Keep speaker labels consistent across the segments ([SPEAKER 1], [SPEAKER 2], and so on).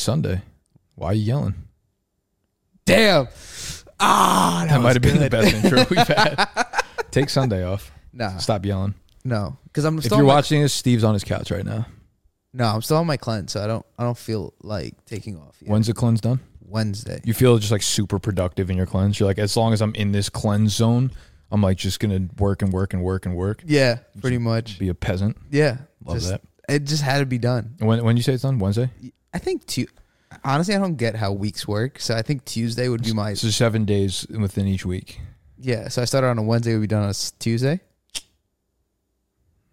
[SPEAKER 1] Sunday. Why are you yelling?
[SPEAKER 2] Damn. Ah,
[SPEAKER 1] That, might
[SPEAKER 2] was
[SPEAKER 1] have been the
[SPEAKER 2] good.
[SPEAKER 1] best intro we've had. Take Sunday off.
[SPEAKER 2] Nah,
[SPEAKER 1] Stop yelling.
[SPEAKER 2] no, because I'm
[SPEAKER 1] If
[SPEAKER 2] still
[SPEAKER 1] you're
[SPEAKER 2] on Uh, my-
[SPEAKER 1] watching this, Steve's on his couch right now.
[SPEAKER 2] No, I'm still on my cleanse, so I don't. I don't feel like taking off. Yet.
[SPEAKER 1] When's the cleanse done?
[SPEAKER 2] Wednesday?
[SPEAKER 1] You feel just like super productive in your cleanse. You're like, as long as I'm in this cleanse zone, I'm like just gonna work and work and work and work.
[SPEAKER 2] Yeah, pretty much.
[SPEAKER 1] Be a peasant.
[SPEAKER 2] Yeah,
[SPEAKER 1] Love
[SPEAKER 2] just,
[SPEAKER 1] that.
[SPEAKER 2] It just had to be done.
[SPEAKER 1] When when you say it's done Wednesday,
[SPEAKER 2] I think two. Honestly, I don't get how weeks work, so I think Tuesday would be my
[SPEAKER 1] so seven days within each week,
[SPEAKER 2] yeah. So I started on a Wednesday, would be done on a s- Tuesday,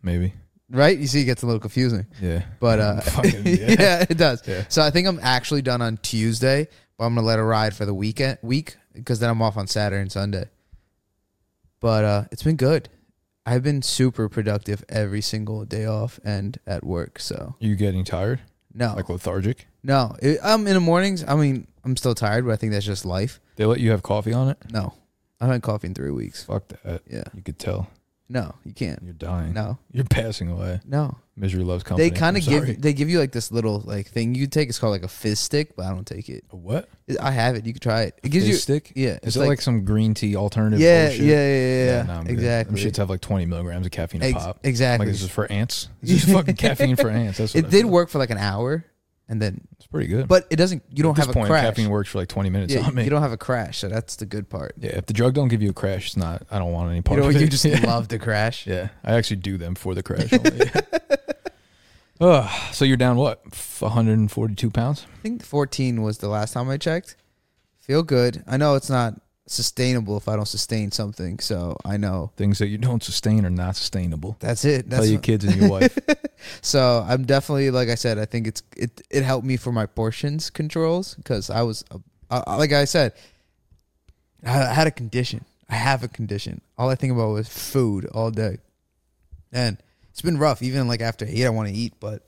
[SPEAKER 1] maybe.
[SPEAKER 2] right? You see, it gets a little confusing,
[SPEAKER 1] Yeah,
[SPEAKER 2] but uh,
[SPEAKER 1] Oh, Fucking,
[SPEAKER 2] yeah.
[SPEAKER 1] yeah.
[SPEAKER 2] it does.
[SPEAKER 1] Yeah.
[SPEAKER 2] So I think I'm actually done on Tuesday, but I'm gonna let it ride for the weekend week because then I'm off on Saturday and Sunday. But uh, it's been good. I've been super productive every single day off and at work. So
[SPEAKER 1] Are you getting tired?
[SPEAKER 2] no,
[SPEAKER 1] Like lethargic?
[SPEAKER 2] no, it, um, in the mornings. I mean, I'm still tired, but I think that's just life.
[SPEAKER 1] They let you have coffee on it?
[SPEAKER 2] No, I haven't had coffee in three weeks.
[SPEAKER 1] Fuck that.
[SPEAKER 2] Yeah,
[SPEAKER 1] You could tell
[SPEAKER 2] no, you can't.
[SPEAKER 1] you're dying.
[SPEAKER 2] No,
[SPEAKER 1] You're passing away.
[SPEAKER 2] no.
[SPEAKER 1] Misery loves company.
[SPEAKER 2] They kind
[SPEAKER 1] I'm
[SPEAKER 2] of
[SPEAKER 1] sorry.
[SPEAKER 2] give they give you like this little like thing you take. It's called like a fizz stick, but I don't take it.
[SPEAKER 1] A what?
[SPEAKER 2] I have it. You can try it. It gives
[SPEAKER 1] Fizz
[SPEAKER 2] you
[SPEAKER 1] stick?
[SPEAKER 2] yeah.
[SPEAKER 1] Is that like, some green tea alternative?
[SPEAKER 2] yeah, yeah,
[SPEAKER 1] bullshit?
[SPEAKER 2] yeah, yeah, yeah.
[SPEAKER 1] no, I'm good.
[SPEAKER 2] exactly.
[SPEAKER 1] Them shits have like 20 milligrams of caffeine a
[SPEAKER 2] Ex-
[SPEAKER 1] pop. I'm
[SPEAKER 2] exactly.
[SPEAKER 1] Like this is for ants. This is fucking caffeine for ants. That's what
[SPEAKER 2] it did work for like an hour, and then
[SPEAKER 1] It's pretty good.
[SPEAKER 2] but it doesn't. You don't
[SPEAKER 1] At this
[SPEAKER 2] have a
[SPEAKER 1] point,
[SPEAKER 2] crash.
[SPEAKER 1] caffeine works for like 20 minutes
[SPEAKER 2] yeah,
[SPEAKER 1] on me.
[SPEAKER 2] you don't have a crash, so that's the good part.
[SPEAKER 1] yeah, if the drug don't give you a crash, it's not. I don't want any
[SPEAKER 2] You
[SPEAKER 1] part
[SPEAKER 2] know,
[SPEAKER 1] of it.
[SPEAKER 2] you just
[SPEAKER 1] yeah.
[SPEAKER 2] love to crash.
[SPEAKER 1] Yeah, I actually do them for the crash. Only. Ugh, so you're down what? F- 142 pounds.
[SPEAKER 2] I think 14 was the last time I checked. Feel good. I know it's not sustainable if I don't sustain something, so I know
[SPEAKER 1] Things that you don't sustain are not sustainable.
[SPEAKER 2] that's it. That's
[SPEAKER 1] Tell your kids and your wife.
[SPEAKER 2] So I'm definitely like I said. I think it's it it helped me for my portions controls because I was uh, uh, like I said, I I had a condition. I have a condition. All I think about was food all day, and it's been rough. Even like after eight, I want to eat, but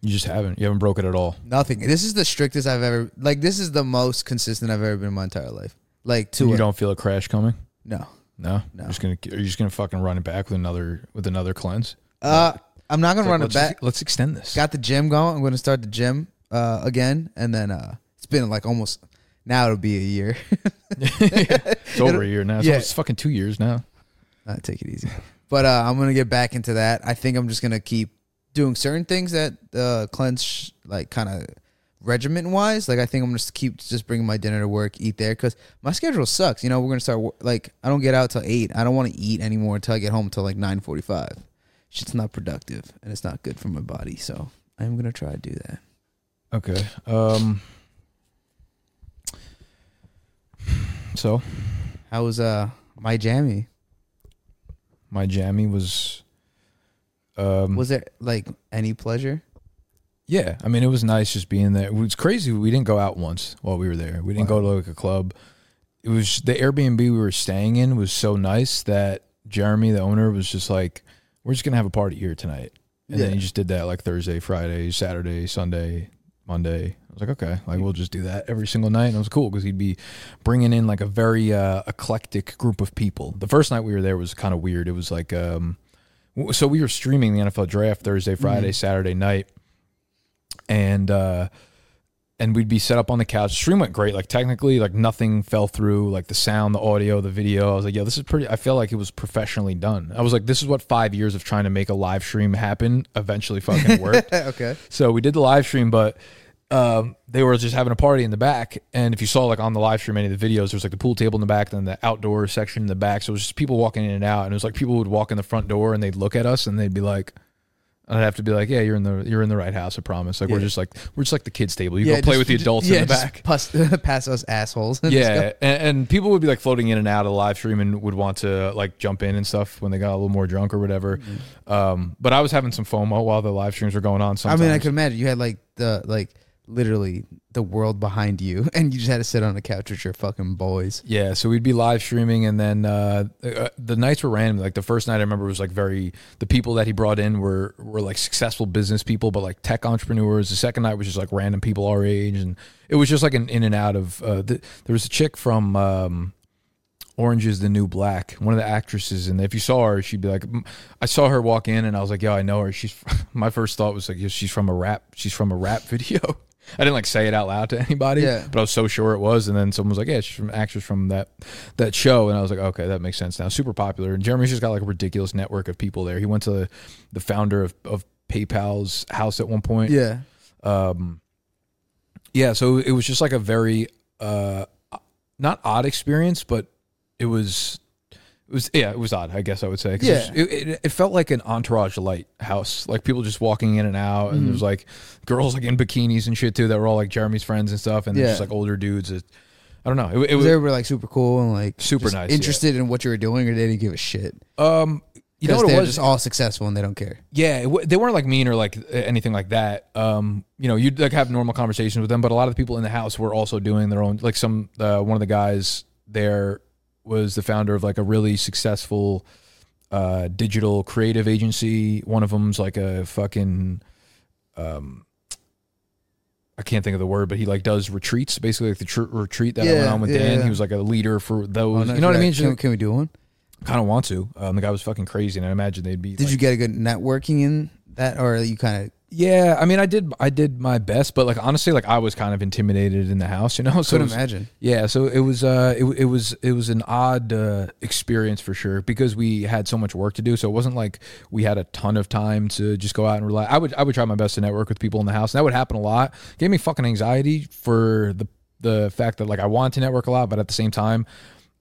[SPEAKER 1] You just haven't. You haven't broke it at all.
[SPEAKER 2] nothing. This is the strictest I've ever like. This is the most consistent I've ever been in my entire life. Like
[SPEAKER 1] you
[SPEAKER 2] two.
[SPEAKER 1] don't feel a crash coming.
[SPEAKER 2] No.
[SPEAKER 1] No,
[SPEAKER 2] No.
[SPEAKER 1] Just gonna. Are you just gonna fucking run it back with another with another cleanse?
[SPEAKER 2] Uh, I'm not gonna
[SPEAKER 1] Like,
[SPEAKER 2] run it
[SPEAKER 1] let's,
[SPEAKER 2] back.
[SPEAKER 1] Let's extend this.
[SPEAKER 2] got the gym going. I'm going to start the gym uh, again, and then uh, it's been like almost now it'll be a year.
[SPEAKER 1] it's over a year now. It's,
[SPEAKER 2] yeah.
[SPEAKER 1] almost fucking two years now.
[SPEAKER 2] uh, take it easy, but uh, I'm going to get back into that. I think I'm just going to keep doing certain things that uh, cleanse like kind of regiment wise. Like I think I'm going to keep just bringing my dinner to work, eat there because my schedule sucks. You know, we're going to start wor- like I don't get out till eight. I don't want to eat anymore until I get home until like nine forty five. Shit's not productive and it's not good for my body, so I'm gonna try to do that.
[SPEAKER 1] Okay. Um. So
[SPEAKER 2] How was uh my jammy?
[SPEAKER 1] my jammy was. Um,
[SPEAKER 2] Was there like any pleasure?
[SPEAKER 1] Yeah, I mean, it was nice just being there. It was crazy. We didn't go out once while we were there. We didn't go to like a club. It was the Airbnb we were staying in was so nice that Jeremy, the owner, was just like, "We're just gonna have a party here tonight." And
[SPEAKER 2] Yeah.
[SPEAKER 1] then he just did that like Thursday, Friday, Saturday, Sunday, Monday. I was like, okay, like we'll just do that every single night. And it was cool because he'd be bringing in like a very uh, eclectic group of people. The first night we were there was kind of weird. It was like, um, w- so we were streaming the NFL draft Thursday, Friday, Saturday night and uh and we'd be set up on the couch. Stream went great. Like technically, like nothing fell through. Like the sound, the audio, the video. I was like, yo, this is pretty. I feel like it was professionally done. I was like, this is what five years of trying to make a live stream happen eventually fucking worked.
[SPEAKER 2] Eh, okay.
[SPEAKER 1] So we did the live stream, but um, they were just having a party in the back. And if you saw like on the live stream, any of the videos, there was like the pool table in the back, then the outdoor section in the back. So it was just people walking in and out. And it was like people would walk in the front door and they'd look at us and they'd be like, and I'd have to be like, yeah, you're in the you're in the right house. I promise. Like we're
[SPEAKER 2] Yeah.
[SPEAKER 1] just like we're just like the kids table. You go play with the adults in the back.
[SPEAKER 2] Pass, us assholes.
[SPEAKER 1] Yeah, and, and people would be like floating in and out of the live stream and would want to like jump in and stuff when they got a little more drunk or whatever. Um, but I was having some FOMO while the live streams were going on.
[SPEAKER 2] Mm-hmm. I
[SPEAKER 1] Sometimes.
[SPEAKER 2] mean, I could imagine you had like the like literally the world behind you, and you just had to sit on the couch with your fucking boys.
[SPEAKER 1] Yeah, so we'd be live streaming, and then uh, uh, the nights were random. Like the first night, I remember was like very. The people that he brought in were were like successful business people, but like tech entrepreneurs. The second night was just like random people our age, and it was just like an in and out of. Uh, the, there was a chick from. Um, Orange is the New Black, one of the actresses. And if you saw her, she'd be like, "Mm." I saw her walk in and I was like, yo, I know her. She's, my first thought was like, yo, she's from a rap, she's from a rap video. I didn't like say it out loud to anybody,
[SPEAKER 2] Yeah.
[SPEAKER 1] but I was so sure it was. And then someone was like, "Yeah, she's from actress from that that show," and I was like, "Okay, that makes sense now." Super popular. And Jeremy's just got like a ridiculous network of people there. He went to the founder of, of PayPal's house at one point.
[SPEAKER 2] Yeah.
[SPEAKER 1] Um, yeah, so it was just like a very uh, not odd experience, but it was it was yeah, it was odd. I guess I would say 'Cause it was-
[SPEAKER 2] Yeah.
[SPEAKER 1] it, it, it felt like an entourage light house, like people just walking in and out, and
[SPEAKER 2] Mm-hmm.
[SPEAKER 1] there's like girls like in bikinis and shit too that were all like Jeremy's friends and stuff, and then
[SPEAKER 2] Yeah.
[SPEAKER 1] just like older dudes. It, I don't know. It, it
[SPEAKER 2] 'Cause
[SPEAKER 1] was
[SPEAKER 2] They were like super cool and like
[SPEAKER 1] Super
[SPEAKER 2] just
[SPEAKER 1] nice, yeah.
[SPEAKER 2] interested in what you were doing, or they didn't give a shit.
[SPEAKER 1] um, you know
[SPEAKER 2] Because
[SPEAKER 1] what it
[SPEAKER 2] they're
[SPEAKER 1] was.
[SPEAKER 2] just all successful and they don't care.
[SPEAKER 1] Yeah, it w- they weren't like mean or like anything like that. Um, you know, you'd like have normal conversations with them, but a lot of the people in the house were also doing their own. Like some uh, one of the guys there was the founder of like a really successful uh, digital creative agency. One of them's like a fucking um, I can't think of the word, but he like does retreats, basically like the tr- retreat that I went
[SPEAKER 2] Yeah,
[SPEAKER 1] on with
[SPEAKER 2] yeah,
[SPEAKER 1] Dan.
[SPEAKER 2] yeah.
[SPEAKER 1] He was like a leader for
[SPEAKER 2] Oh,
[SPEAKER 1] those.
[SPEAKER 2] no,
[SPEAKER 1] you know what I
[SPEAKER 2] yeah.
[SPEAKER 1] mean?
[SPEAKER 2] Can,
[SPEAKER 1] Just
[SPEAKER 2] can we do one?
[SPEAKER 1] kind of want to. Um, the guy was fucking crazy, and I imagine they'd be.
[SPEAKER 2] Did you get a good networking in that, or you kind of
[SPEAKER 1] Yeah, I mean, I did, I did my best, but like honestly, like I was kind of intimidated in the house, you know. So it
[SPEAKER 2] couldn't
[SPEAKER 1] was-
[SPEAKER 2] imagine?
[SPEAKER 1] yeah, so it was, uh, it, it was, it was an odd uh, experience for sure because we had so much work to do. So it wasn't like we had a ton of time to just go out and rely. I would, I would try my best to network with people in the house, and that would happen a lot. gave me fucking anxiety for the the fact that like I wanted to network a lot, but at the same time,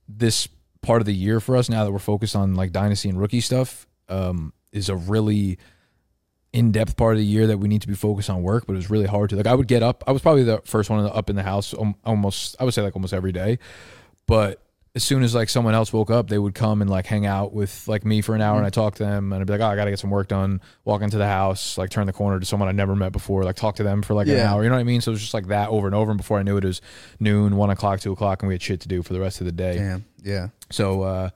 [SPEAKER 1] this part of the year for us now that we're focused on like dynasty and rookie stuff um, is a really in-depth part of the year that we need to be focused on work but it was really hard to like i would get up i was probably the first one up in the house al- almost i would say like almost every day but as soon as like someone else woke up they would come and like hang out with like me for an hour and i talk to them and i'd be like oh i gotta get some work done walk into the house like turn the corner to someone i never met before like talk to them for like an
[SPEAKER 2] Yeah.
[SPEAKER 1] hour you know what i mean so it was just like that over and over and before i knew it it was noon one o'clock two o'clock and we had shit to do for the rest of the day
[SPEAKER 2] Damn. Yeah.
[SPEAKER 1] so uh,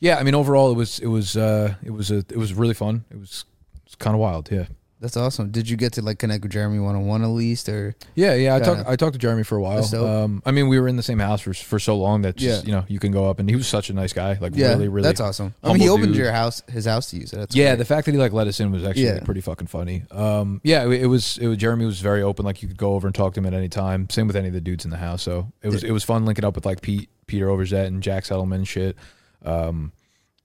[SPEAKER 1] yeah, I mean overall it was it was uh, it was a, it was really fun. It was it's kind of wild. Yeah.
[SPEAKER 2] That's awesome. Did you get to like connect with Jeremy one on one at least, or
[SPEAKER 1] Yeah, yeah. I talked
[SPEAKER 2] Kinda.
[SPEAKER 1] I talked to Jeremy for a while.
[SPEAKER 2] That's dope.
[SPEAKER 1] Um, I mean we were in the same house for for so long that just,
[SPEAKER 2] Yeah.
[SPEAKER 1] you know you can go up and he was such a nice guy. Like
[SPEAKER 2] yeah?
[SPEAKER 1] really really.
[SPEAKER 2] that's awesome. I mean, he
[SPEAKER 1] humble
[SPEAKER 2] opened
[SPEAKER 1] dude.
[SPEAKER 2] your house, his house to you. So that's
[SPEAKER 1] yeah,
[SPEAKER 2] great.
[SPEAKER 1] the fact that he like let us in was actually
[SPEAKER 2] Yeah.
[SPEAKER 1] pretty fucking funny. Um, yeah, it, it was. It was Jeremy was very open. Like you could go over and talk to him at any time. Same with any of the dudes in the house. So it was it was fun linking up with like Pete, Peter Overzet, and Jack Settleman and shit. Um,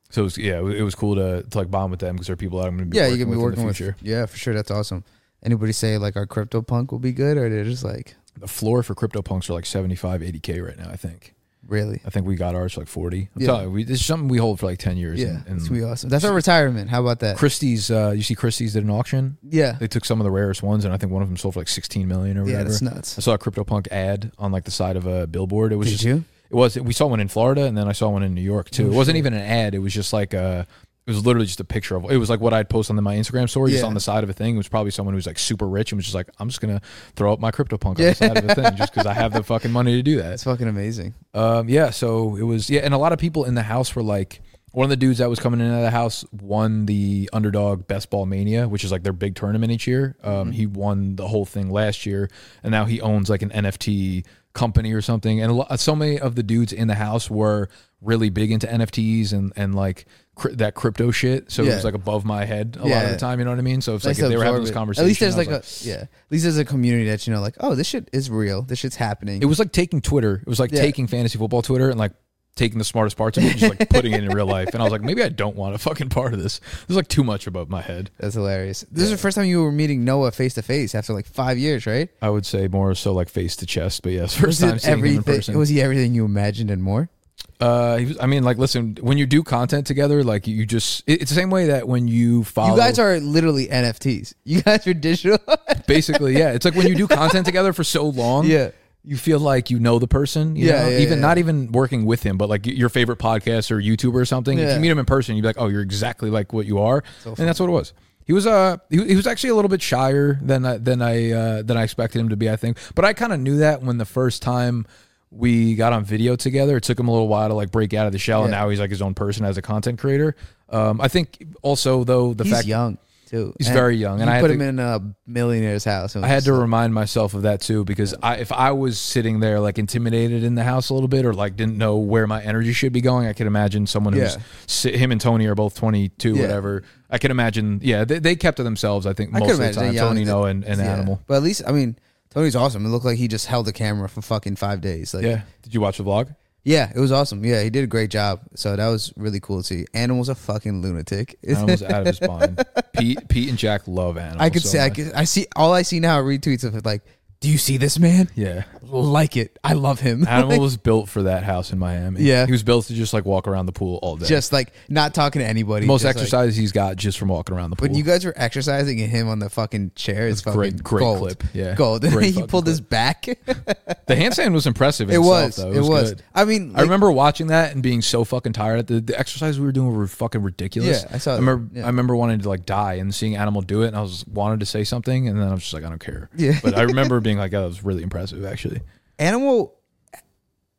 [SPEAKER 1] so it was yeah, it was, it was cool to, to like bond with them because they're people that I'm gonna be
[SPEAKER 2] yeah,
[SPEAKER 1] working
[SPEAKER 2] you can be
[SPEAKER 1] with
[SPEAKER 2] working
[SPEAKER 1] in the
[SPEAKER 2] with.
[SPEAKER 1] future.
[SPEAKER 2] Yeah, for sure. That's awesome. Anybody say like our crypto punk will be good, or they're just like
[SPEAKER 1] The floor for CryptoPunks are like 75, 80 k right now. I think.
[SPEAKER 2] really?
[SPEAKER 1] I think we got ours for like forty. I'm
[SPEAKER 2] Yeah.
[SPEAKER 1] telling you, we, this is something we hold for like ten years.
[SPEAKER 2] Yeah,
[SPEAKER 1] and,
[SPEAKER 2] it's
[SPEAKER 1] and
[SPEAKER 2] gonna be awesome. That's our retirement. How about that?
[SPEAKER 1] Christie's, uh, you see Christie's did an auction.
[SPEAKER 2] Yeah,
[SPEAKER 1] They took some of the rarest ones, and I think one of them sold for like sixteen million or
[SPEAKER 2] yeah,
[SPEAKER 1] whatever.
[SPEAKER 2] that's
[SPEAKER 1] I
[SPEAKER 2] nuts.
[SPEAKER 1] saw a CryptoPunk ad on like the side of a billboard. It was
[SPEAKER 2] Did
[SPEAKER 1] just,
[SPEAKER 2] you?
[SPEAKER 1] it was we saw one in Florida and then I saw one in New York too.
[SPEAKER 2] Oh,
[SPEAKER 1] it wasn't
[SPEAKER 2] shit.
[SPEAKER 1] even an ad. It was just like a it was literally just a picture of it was like what I'd post on the, my Instagram story just
[SPEAKER 2] Yeah.
[SPEAKER 1] on the side of a thing. It was probably someone who's like super rich and was just like I'm just gonna throw up my CryptoPunk on
[SPEAKER 2] Yeah.
[SPEAKER 1] the side of a thing just because I have the fucking money to do that.
[SPEAKER 2] That's fucking amazing.
[SPEAKER 1] Um, yeah, so it was yeah, and a lot of people in the house were like. One of the dudes that was coming into the house won the underdog best ball mania, which is like their big tournament each year.
[SPEAKER 2] Mm-hmm.
[SPEAKER 1] Um, He won the whole thing last year, and now he owns like an NFT company or something. And a lot, so many of the dudes in the house were really big into NFTs and and like cri- that crypto shit. So it
[SPEAKER 2] Yeah.
[SPEAKER 1] was like above my head a lot of
[SPEAKER 2] Yeah.
[SPEAKER 1] the time. You know what I mean? So it's
[SPEAKER 2] Nice
[SPEAKER 1] like if
[SPEAKER 2] to
[SPEAKER 1] they were having
[SPEAKER 2] absorb
[SPEAKER 1] this
[SPEAKER 2] it.
[SPEAKER 1] conversation.
[SPEAKER 2] At least there's
[SPEAKER 1] I was
[SPEAKER 2] like, a yeah. At least there's a community that you know, like, oh, this shit is real. This shit's happening.
[SPEAKER 1] It was like taking Twitter. It was like
[SPEAKER 2] Yeah.
[SPEAKER 1] taking fantasy football Twitter and like taking the smartest parts of it and just like putting it in real life. And I was like, maybe I don't want a fucking part of this. There's like too much above my head.
[SPEAKER 2] That's hilarious. This is the first time you were meeting Noah face to face after like five years, right?
[SPEAKER 1] I would say more so like face to chest, but yes, first
[SPEAKER 2] was it
[SPEAKER 1] time seeing him in person.
[SPEAKER 2] Was he everything you imagined and more?
[SPEAKER 1] uh, he was, I mean, like, listen, when you do content together, like you just, it- it's the same way that when you follow,
[SPEAKER 2] You guys are literally NFTs. You guys are digital.
[SPEAKER 1] basically, yeah, it's like when you do content together for so long,
[SPEAKER 2] yeah.
[SPEAKER 1] you feel like you know the person. You
[SPEAKER 2] Yeah,
[SPEAKER 1] know?
[SPEAKER 2] yeah,
[SPEAKER 1] even
[SPEAKER 2] yeah.
[SPEAKER 1] not even working with him, but like y- your favorite podcast or YouTuber or something. If
[SPEAKER 2] Yeah.
[SPEAKER 1] you meet him in person, you'd be like, "Oh, you're exactly like what you are,"
[SPEAKER 2] funny.
[SPEAKER 1] and that's what it was. He was uh he, he was actually a little bit shyer than I, than I uh, than I expected him to be. I think, but I kind of knew that when the first time we got on video together, it took him a little while to like break out of the shell, and
[SPEAKER 2] Yeah.
[SPEAKER 1] now he's like his own person as a content creator. Um, I think also though the
[SPEAKER 2] he's
[SPEAKER 1] fact
[SPEAKER 2] young too.
[SPEAKER 1] He's very young, and
[SPEAKER 2] you
[SPEAKER 1] I had
[SPEAKER 2] put
[SPEAKER 1] to-
[SPEAKER 2] him in a millionaire's house. and
[SPEAKER 1] I
[SPEAKER 2] was
[SPEAKER 1] had
[SPEAKER 2] just
[SPEAKER 1] to
[SPEAKER 2] like-
[SPEAKER 1] remind myself of that too because I, if I was sitting there like intimidated in the house a little bit or like didn't know where my energy should be going, I could imagine someone who's
[SPEAKER 2] Yeah.
[SPEAKER 1] si- him and Tony are both 22,
[SPEAKER 2] Yeah.
[SPEAKER 1] whatever. I could imagine, yeah, they, they kept to thememselves. I think
[SPEAKER 2] I
[SPEAKER 1] most
[SPEAKER 2] could
[SPEAKER 1] of the
[SPEAKER 2] imagine
[SPEAKER 1] time,
[SPEAKER 2] young
[SPEAKER 1] Tony,
[SPEAKER 2] and-
[SPEAKER 1] no, and, and
[SPEAKER 2] yeah.
[SPEAKER 1] Animal.
[SPEAKER 2] But at least I mean, Tony's awesome. It looked like he just held the camera for fucking five days. Like,
[SPEAKER 1] Yeah. Did you watch the vlog?
[SPEAKER 2] yeah, it was awesome. Yeah, he did a great job. So that was really cool to see. Animal's a fucking lunatic.
[SPEAKER 1] Animals out of his mind. Pete, Pete and Jack love animals.
[SPEAKER 2] I could
[SPEAKER 1] so
[SPEAKER 2] say I,
[SPEAKER 1] much.
[SPEAKER 2] could, I see all I see now are retweets of it. Like, do you see this man?
[SPEAKER 1] Yeah.
[SPEAKER 2] Like it. I love him.
[SPEAKER 1] Animal
[SPEAKER 2] Like,
[SPEAKER 1] was built for that house in Miami.
[SPEAKER 2] Yeah.
[SPEAKER 1] He was built to just like walk around the pool all day.
[SPEAKER 2] just like not talking to anybody.
[SPEAKER 1] Most
[SPEAKER 2] just, like-
[SPEAKER 1] exercise he's got just from walking around the pool.
[SPEAKER 2] when you guys were exercising and him on the fucking chair, it's fucking
[SPEAKER 1] great- great
[SPEAKER 2] gold.
[SPEAKER 1] clip. Yeah.
[SPEAKER 2] gold. And
[SPEAKER 1] Great
[SPEAKER 2] he
[SPEAKER 1] fucking
[SPEAKER 2] pulled his back. it
[SPEAKER 1] the handstand was impressive. in itself,
[SPEAKER 2] was.
[SPEAKER 1] though.
[SPEAKER 2] It was.
[SPEAKER 1] good.
[SPEAKER 2] I mean,
[SPEAKER 1] I
[SPEAKER 2] like,
[SPEAKER 1] remember watching that and being so fucking tired. The, the exercises we were doing were fucking ridiculous.
[SPEAKER 2] Yeah, I saw
[SPEAKER 1] I
[SPEAKER 2] that.
[SPEAKER 1] remember,
[SPEAKER 2] Yeah.
[SPEAKER 1] I remember wanting to like die and seeing Animal do it, and I was wanted to say something, and then I was just like, I don't care.
[SPEAKER 2] Yeah.
[SPEAKER 1] But I remember being like, oh, that was really impressive, actually.
[SPEAKER 2] Animal.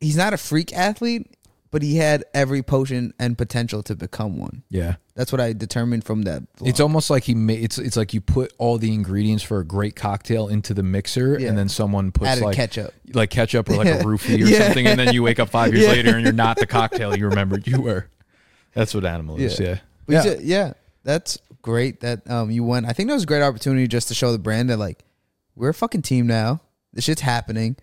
[SPEAKER 2] He's not a freak athlete, but he had every potion and potential to become one.
[SPEAKER 1] Yeah.
[SPEAKER 2] That's what I determined from that. vlog.
[SPEAKER 1] It's almost like he made it's it's like you put all the ingredients for a great cocktail into the mixer,
[SPEAKER 2] Yeah.
[SPEAKER 1] and then someone puts
[SPEAKER 2] Added
[SPEAKER 1] like
[SPEAKER 2] ketchup.
[SPEAKER 1] like ketchup or like a roofie or
[SPEAKER 2] Yeah.
[SPEAKER 1] something, and then you wake up five years later and you're not the cocktail you remembered you were. That's what animal is.
[SPEAKER 2] Yeah.
[SPEAKER 1] Yeah.
[SPEAKER 2] But
[SPEAKER 1] Yeah.
[SPEAKER 2] yeah. yeah, that's great that um you went. I think that was a great opportunity just to show the brand that like we're a fucking team now. This shit's happening.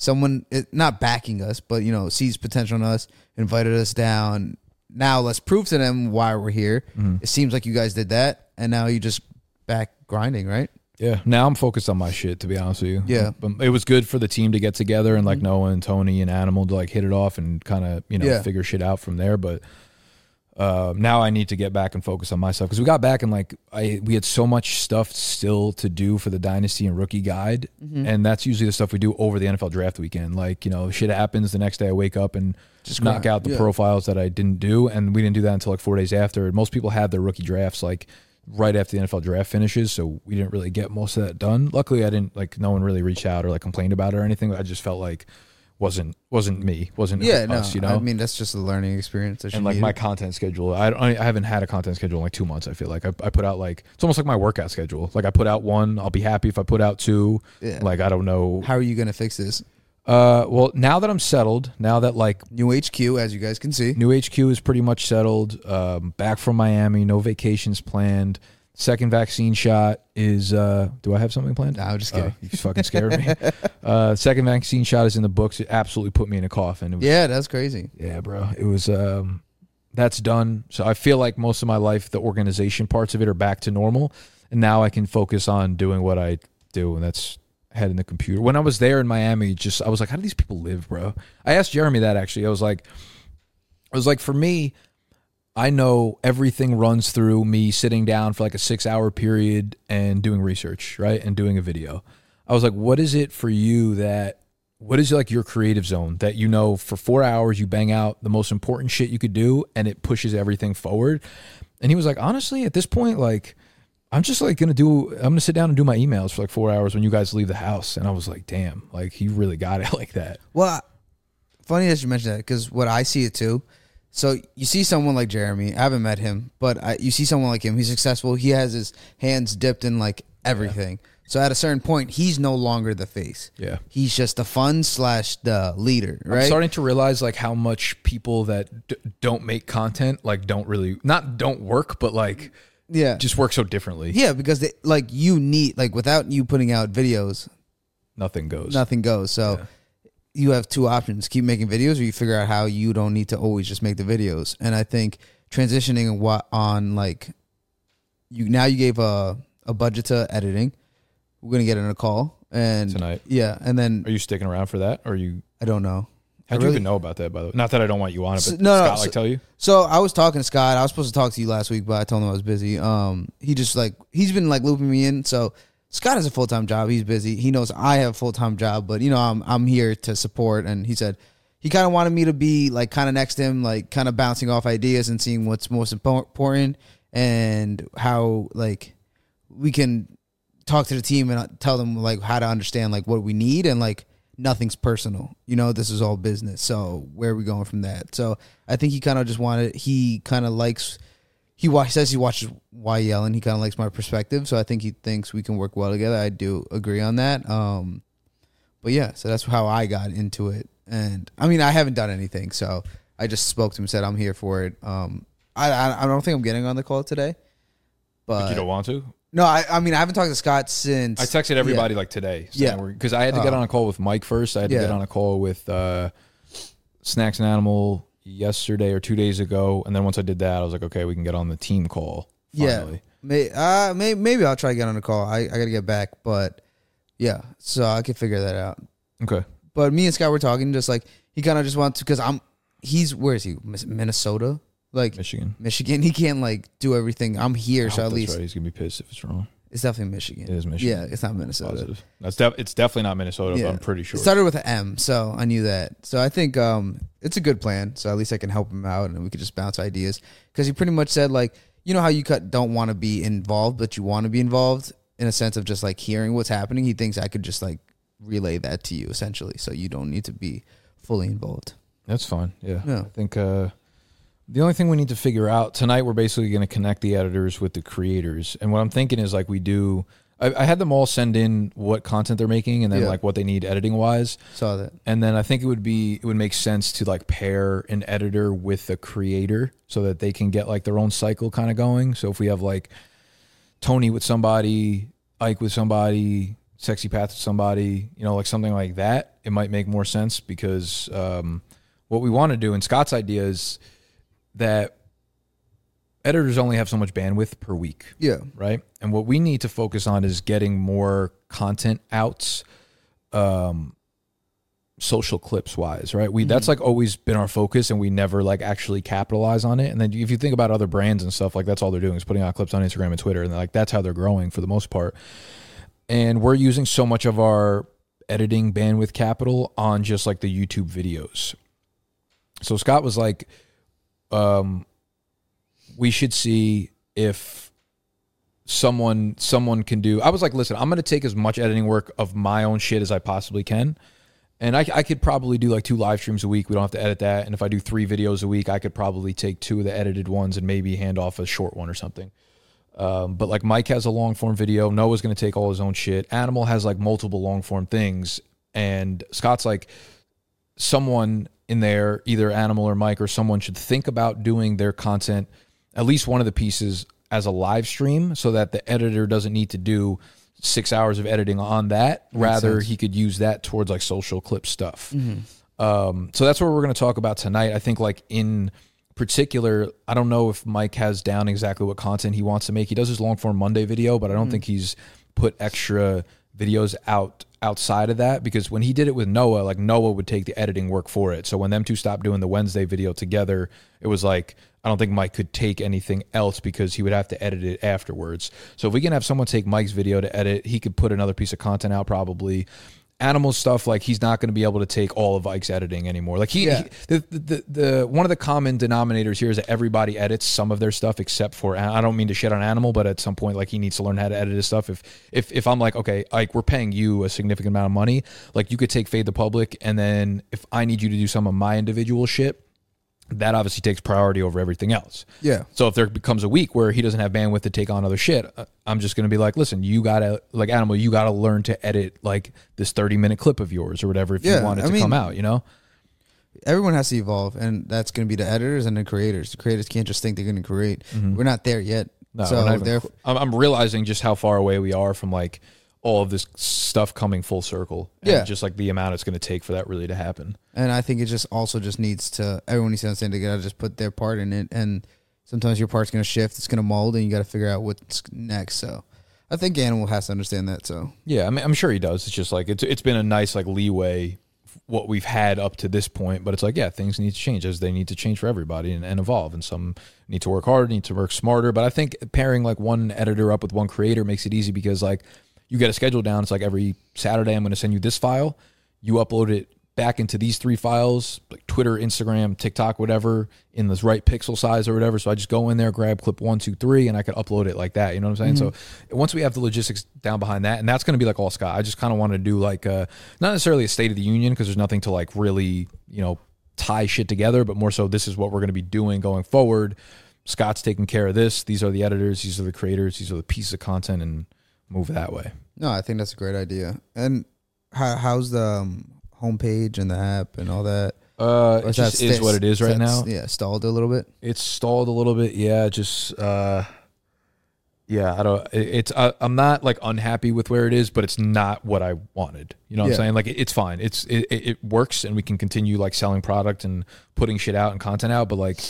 [SPEAKER 2] Someone it, not backing us, but you know sees potential in us, invited us down. Now let's prove to them why we're here. It seems like you guys did that, and now you just back grinding, right?
[SPEAKER 1] Yeah. Now I'm focused on my shit, to be honest with you.
[SPEAKER 2] Yeah. Mm-hmm.
[SPEAKER 1] But it was good for the team to get together and like Noah and Tony and Animal to like hit it off and kind of, you know,
[SPEAKER 2] Yeah.
[SPEAKER 1] figure shit out from there. But uh, now I need to get back and focus on myself because we got back and like I we had so much stuff still to do for the dynasty and rookie guide,
[SPEAKER 2] Mm-hmm.
[SPEAKER 1] and that's usually the stuff we do over the NFL draft weekend. Like you know, shit happens the next day. I wake up and just knock
[SPEAKER 2] grind,
[SPEAKER 1] out the
[SPEAKER 2] yeah.
[SPEAKER 1] profiles that I didn't do, and we didn't do that until like four days after. And most people have their rookie drafts like right after the NFL draft finishes, so we didn't really get most of that done. Luckily, I didn't like no one really reached out or like complained about it or anything. I just felt like wasn't wasn't me, wasn't
[SPEAKER 2] Yeah, no,
[SPEAKER 1] us, you know.
[SPEAKER 2] I mean that's just a learning experience. That
[SPEAKER 1] and
[SPEAKER 2] you
[SPEAKER 1] like
[SPEAKER 2] needed.
[SPEAKER 1] my content schedule I, don't- I haven't had a content schedule in like two months i feel like I, I put out like it's almost like my workout schedule like i put out one i'll be happy if i put out two
[SPEAKER 2] Yeah.
[SPEAKER 1] like i don't know
[SPEAKER 2] how are you gonna fix this?
[SPEAKER 1] uh well now that i'm settled now that like
[SPEAKER 2] New HQ, as you guys can see.
[SPEAKER 1] new hq is pretty much settled um back from miami no vacations planned second vaccine shot is uh do i have something planned
[SPEAKER 2] No, I'm just kidding.
[SPEAKER 1] Uh, you fucking scared me uh second vaccine shot is in the books it absolutely put me in a coffin it was
[SPEAKER 2] yeah, that's crazy.
[SPEAKER 1] yeah, bro. It was um that's done. So I feel like most of my life the organization parts of it are back to normal and now I can focus on doing what I do and that's head in the computer. When I was there in Miami, just I was like how do these people live, bro? I asked Jeremy that actually. I was like I was like for me I know everything runs through me sitting down for like a 6-hour period and doing research, right? And doing a video. I was like what is it for you that what is like your creative zone that you know for four hours you bang out the most important shit you could do and it pushes everything forward and he was like honestly at this point like i'm just like gonna do i'm gonna sit down and do my emails for like four hours when you guys leave the house and i was like damn like he really got it like that
[SPEAKER 2] Well, I- funny that you mentioned that because what I see it too. So you see someone like Jeremy. I haven't met him, but I, you see someone like him. He's successful. He has his hands dipped in like everything. So at a certain point, he's no longer the face.
[SPEAKER 1] Yeah.
[SPEAKER 2] he's just the fun slash the leader, right?
[SPEAKER 1] I'm starting to realize like how much people that d- don't make content like don't really not don't work but like
[SPEAKER 2] yeah,
[SPEAKER 1] just work so differently
[SPEAKER 2] yeah, because they, like you need like without you putting out videos,
[SPEAKER 1] nothing goes
[SPEAKER 2] nothing goes. So you have two options: keep making videos, or you figure out how you don't need to always just make the videos. And I think transitioning what on like you now you gave a a budget to editing. We're gonna get in a call and
[SPEAKER 1] Tonight.
[SPEAKER 2] yeah, and then
[SPEAKER 1] are you sticking around for that or are you
[SPEAKER 2] I don't know.
[SPEAKER 1] how do
[SPEAKER 2] I
[SPEAKER 1] you
[SPEAKER 2] really-
[SPEAKER 1] even know about that by the way not that i don't want you on it but
[SPEAKER 2] So- no, no,
[SPEAKER 1] scott like
[SPEAKER 2] so-
[SPEAKER 1] tell you
[SPEAKER 2] So I was talking to Scott. I was supposed to talk to you last week, but I told him I was busy. Um, he just like he's been like looping me in. So Scott has a full time job. He's busy. He knows I have a full time job, but you know I'm I'm here to support. And he said he kind of wanted me to be like kind of next to him, like kind of bouncing off ideas and seeing what's most impo- important and how like we can talk to the team and uh, tell them like how to understand like what we need and like nothing's personal. You know, this is all business. So where are we going from that? So I think he kind of just wanted he kind of likes he wa- says he watches YL and he kind of likes my perspective. So I think he thinks we can work well together. I do agree on that. Um, but yeah, so that's how I got into it. And I mean, I haven't done anything, so I just spoke to him, said I'm here for it. Um, I I, I don't think I'm getting on the call today, but
[SPEAKER 1] you don't want to
[SPEAKER 2] No, I, I mean I haven't talked to Scott since.
[SPEAKER 1] I texted everybody like today.
[SPEAKER 2] Yeah. Oh.
[SPEAKER 1] Because I had to get on a call with Mike first. I had to
[SPEAKER 2] Yeah.
[SPEAKER 1] get on a call with uh, Snacks and Animal yesterday or two days ago. And then once I did that, I was like, okay, we can get on the team call. Finally.
[SPEAKER 2] Yeah. May, uh, may, maybe I'll try to get on a call. I, I got to get back, but yeah, so I could figure that out.
[SPEAKER 1] Okay.
[SPEAKER 2] But me and Scott were talking, just like he kind of just wants to, because I'm, he's, where is he? Mis- Minnesota? Like
[SPEAKER 1] Michigan.
[SPEAKER 2] Michigan? He can't like do everything. I'm here,
[SPEAKER 1] I
[SPEAKER 2] so
[SPEAKER 1] hope
[SPEAKER 2] at
[SPEAKER 1] that's
[SPEAKER 2] least
[SPEAKER 1] right. he's gonna be pissed if it's wrong.
[SPEAKER 2] it's definitely Michigan.
[SPEAKER 1] It is Michigan.
[SPEAKER 2] Yeah, it's not Minnesota.
[SPEAKER 1] Positive. That's def- it's definitely not Minnesota.
[SPEAKER 2] Yeah.
[SPEAKER 1] but I'm pretty sure.
[SPEAKER 2] It started with an M, so I knew that. So I think um, it's a good plan. So at least I can help him out, and we could just bounce ideas. Because he pretty much said like, you know how you cut don't want to be involved, but you want to be involved in a sense of just like hearing what's happening. He thinks I could just like relay that to you essentially, so you don't need to be fully involved.
[SPEAKER 1] That's fine. Yeah.
[SPEAKER 2] Yeah.
[SPEAKER 1] I think uh, the only thing we need to figure out tonight, we're basically going to connect the editors with the creators. And what I'm thinking is like we do. I, I had them all send in what content they're making and then
[SPEAKER 2] Yeah.
[SPEAKER 1] like what they need editing wise.
[SPEAKER 2] Saw that.
[SPEAKER 1] And then I think it would be it would make sense to like pair an editor with a creator so that they can get like their own cycle kind of going. So if we have like Tony with somebody, Ike with somebody, Sexy Path with somebody, you know, like something like that, it might make more sense because um, what we want to do and Scott's idea is that editors only have so much bandwidth per week
[SPEAKER 2] Yeah,
[SPEAKER 1] right? And what we need to focus on is getting more content outs, um, social clips wise, right? We that's like always been our focus, and we never like actually capitalize on it. And then if you think about other brands and stuff, like that's all they're doing is putting out clips on Instagram and Twitter, and like that's how they're growing for the most part. And we're using so much of our editing bandwidth capital on just like the YouTube videos. So Scott was like, um, we should see if someone someone can do i was like listen i'm going to take as much editing work of my own shit as i possibly can and I, I could probably do like two live streams a week we don't have to edit that and if i do three videos a week i could probably take two of the edited ones and maybe hand off a short one or something um, but like mike has a long form video noah's going to take all his own shit animal has like multiple long form things and scott's like someone in there, either Animal or Mike or someone, should think about doing their content, at least one of the pieces, as a live stream so that the editor doesn't need to do six hours of editing on that. Rather, he could use that towards like social clip stuff. Um, so that's what we're going to talk about tonight. I think, like, in particular, I don't know if Mike has down exactly what content he wants to make. He does his long form Monday video, but I don't think he's put extra videos out outside of that because when he did it with Noah, like Noah would take the editing work for it. So when them two stopped doing the Wednesday video together, it was like I don't think Mike could take anything else because he would have to edit it afterwards. So if we can have someone take Mike's video to edit, he could put another piece of content out probably. Animal stuff like he's not going to be able to take all of Ike's editing anymore. Like he,
[SPEAKER 2] Yeah.
[SPEAKER 1] he- the, the the one of the common denominators here is that everybody edits some of their stuff except for and I don't mean to shit on animal, but at some point like he needs to learn how to edit his stuff. If if if I'm like, okay, like we're paying you a significant amount of money, like you could take fade the public and then if I need you to do some of my individual shit, that obviously takes priority over everything else.
[SPEAKER 2] yeah,
[SPEAKER 1] So if there becomes a week where he doesn't have bandwidth to take on other shit, uh, I'm just going to be like, listen, you gotta like animal, you gotta learn to edit like this 30 minute clip of yours or whatever if
[SPEAKER 2] Yeah,
[SPEAKER 1] you want it
[SPEAKER 2] I
[SPEAKER 1] to
[SPEAKER 2] mean-
[SPEAKER 1] come out, you know?
[SPEAKER 2] everyone has to evolve, and that's going to be the editors and the creators. The creators can't just think they're going to create. We're not there yet.
[SPEAKER 1] Mm-hmm. No,
[SPEAKER 2] so
[SPEAKER 1] we're not even
[SPEAKER 2] they're
[SPEAKER 1] cl- I'm, I'm realizing just how far away we are from like all of this stuff coming full circle. and
[SPEAKER 2] Yeah.
[SPEAKER 1] just like the amount it's going to take for that really to happen.
[SPEAKER 2] And I think it just also just needs to everyone needs to understand they gotta just put their part in it. And sometimes your part's gonna shift, it's gonna mold, and you gotta figure out what's next. So I think Animal has to understand that. So
[SPEAKER 1] Yeah, I mean, I'm sure he does. It's just like it's it's been a nice like leeway f- what we've had up to this point, but it's like yeah, things need to change as they need to change for everybody and, and evolve. And some need to work harder, need to work smarter. But I think pairing like one editor up with one creator makes it easy because like you get a schedule down. It's like every Saturday I'm going to send you this file. You upload it back into these three files, like Twitter, Instagram, TikTok, whatever, in this right pixel size or whatever. So I just go in there, grab clip one, two, three, and I could upload it like that. You know what I'm saying? So once we have the logistics down behind that, and that's going to be like all Scott. I just kind of want to do like uh not necessarily a state of the union because there's nothing to like really you know tie shit together, but more so this is what we're going to be doing going forward. Scott's taking care of this. These are the editors. These are the creators. These are the pieces of content, and move that way.
[SPEAKER 2] no, I think that's a great idea. And how, how's the um, homepage and the app and all that?
[SPEAKER 1] Uh,
[SPEAKER 2] Or
[SPEAKER 1] it just is
[SPEAKER 2] sta-
[SPEAKER 1] what it is right
[SPEAKER 2] that-
[SPEAKER 1] now.
[SPEAKER 2] Yeah, stalled a little bit.
[SPEAKER 1] it's stalled a little bit. Yeah, just uh, yeah, I don't. it- It's I, I'm not like unhappy with where it is, but it's not what I wanted. You know what
[SPEAKER 2] Yeah.
[SPEAKER 1] I'm saying? Like it, it's fine. It's it, it it works, and we can continue like selling product and putting shit out and content out. But like,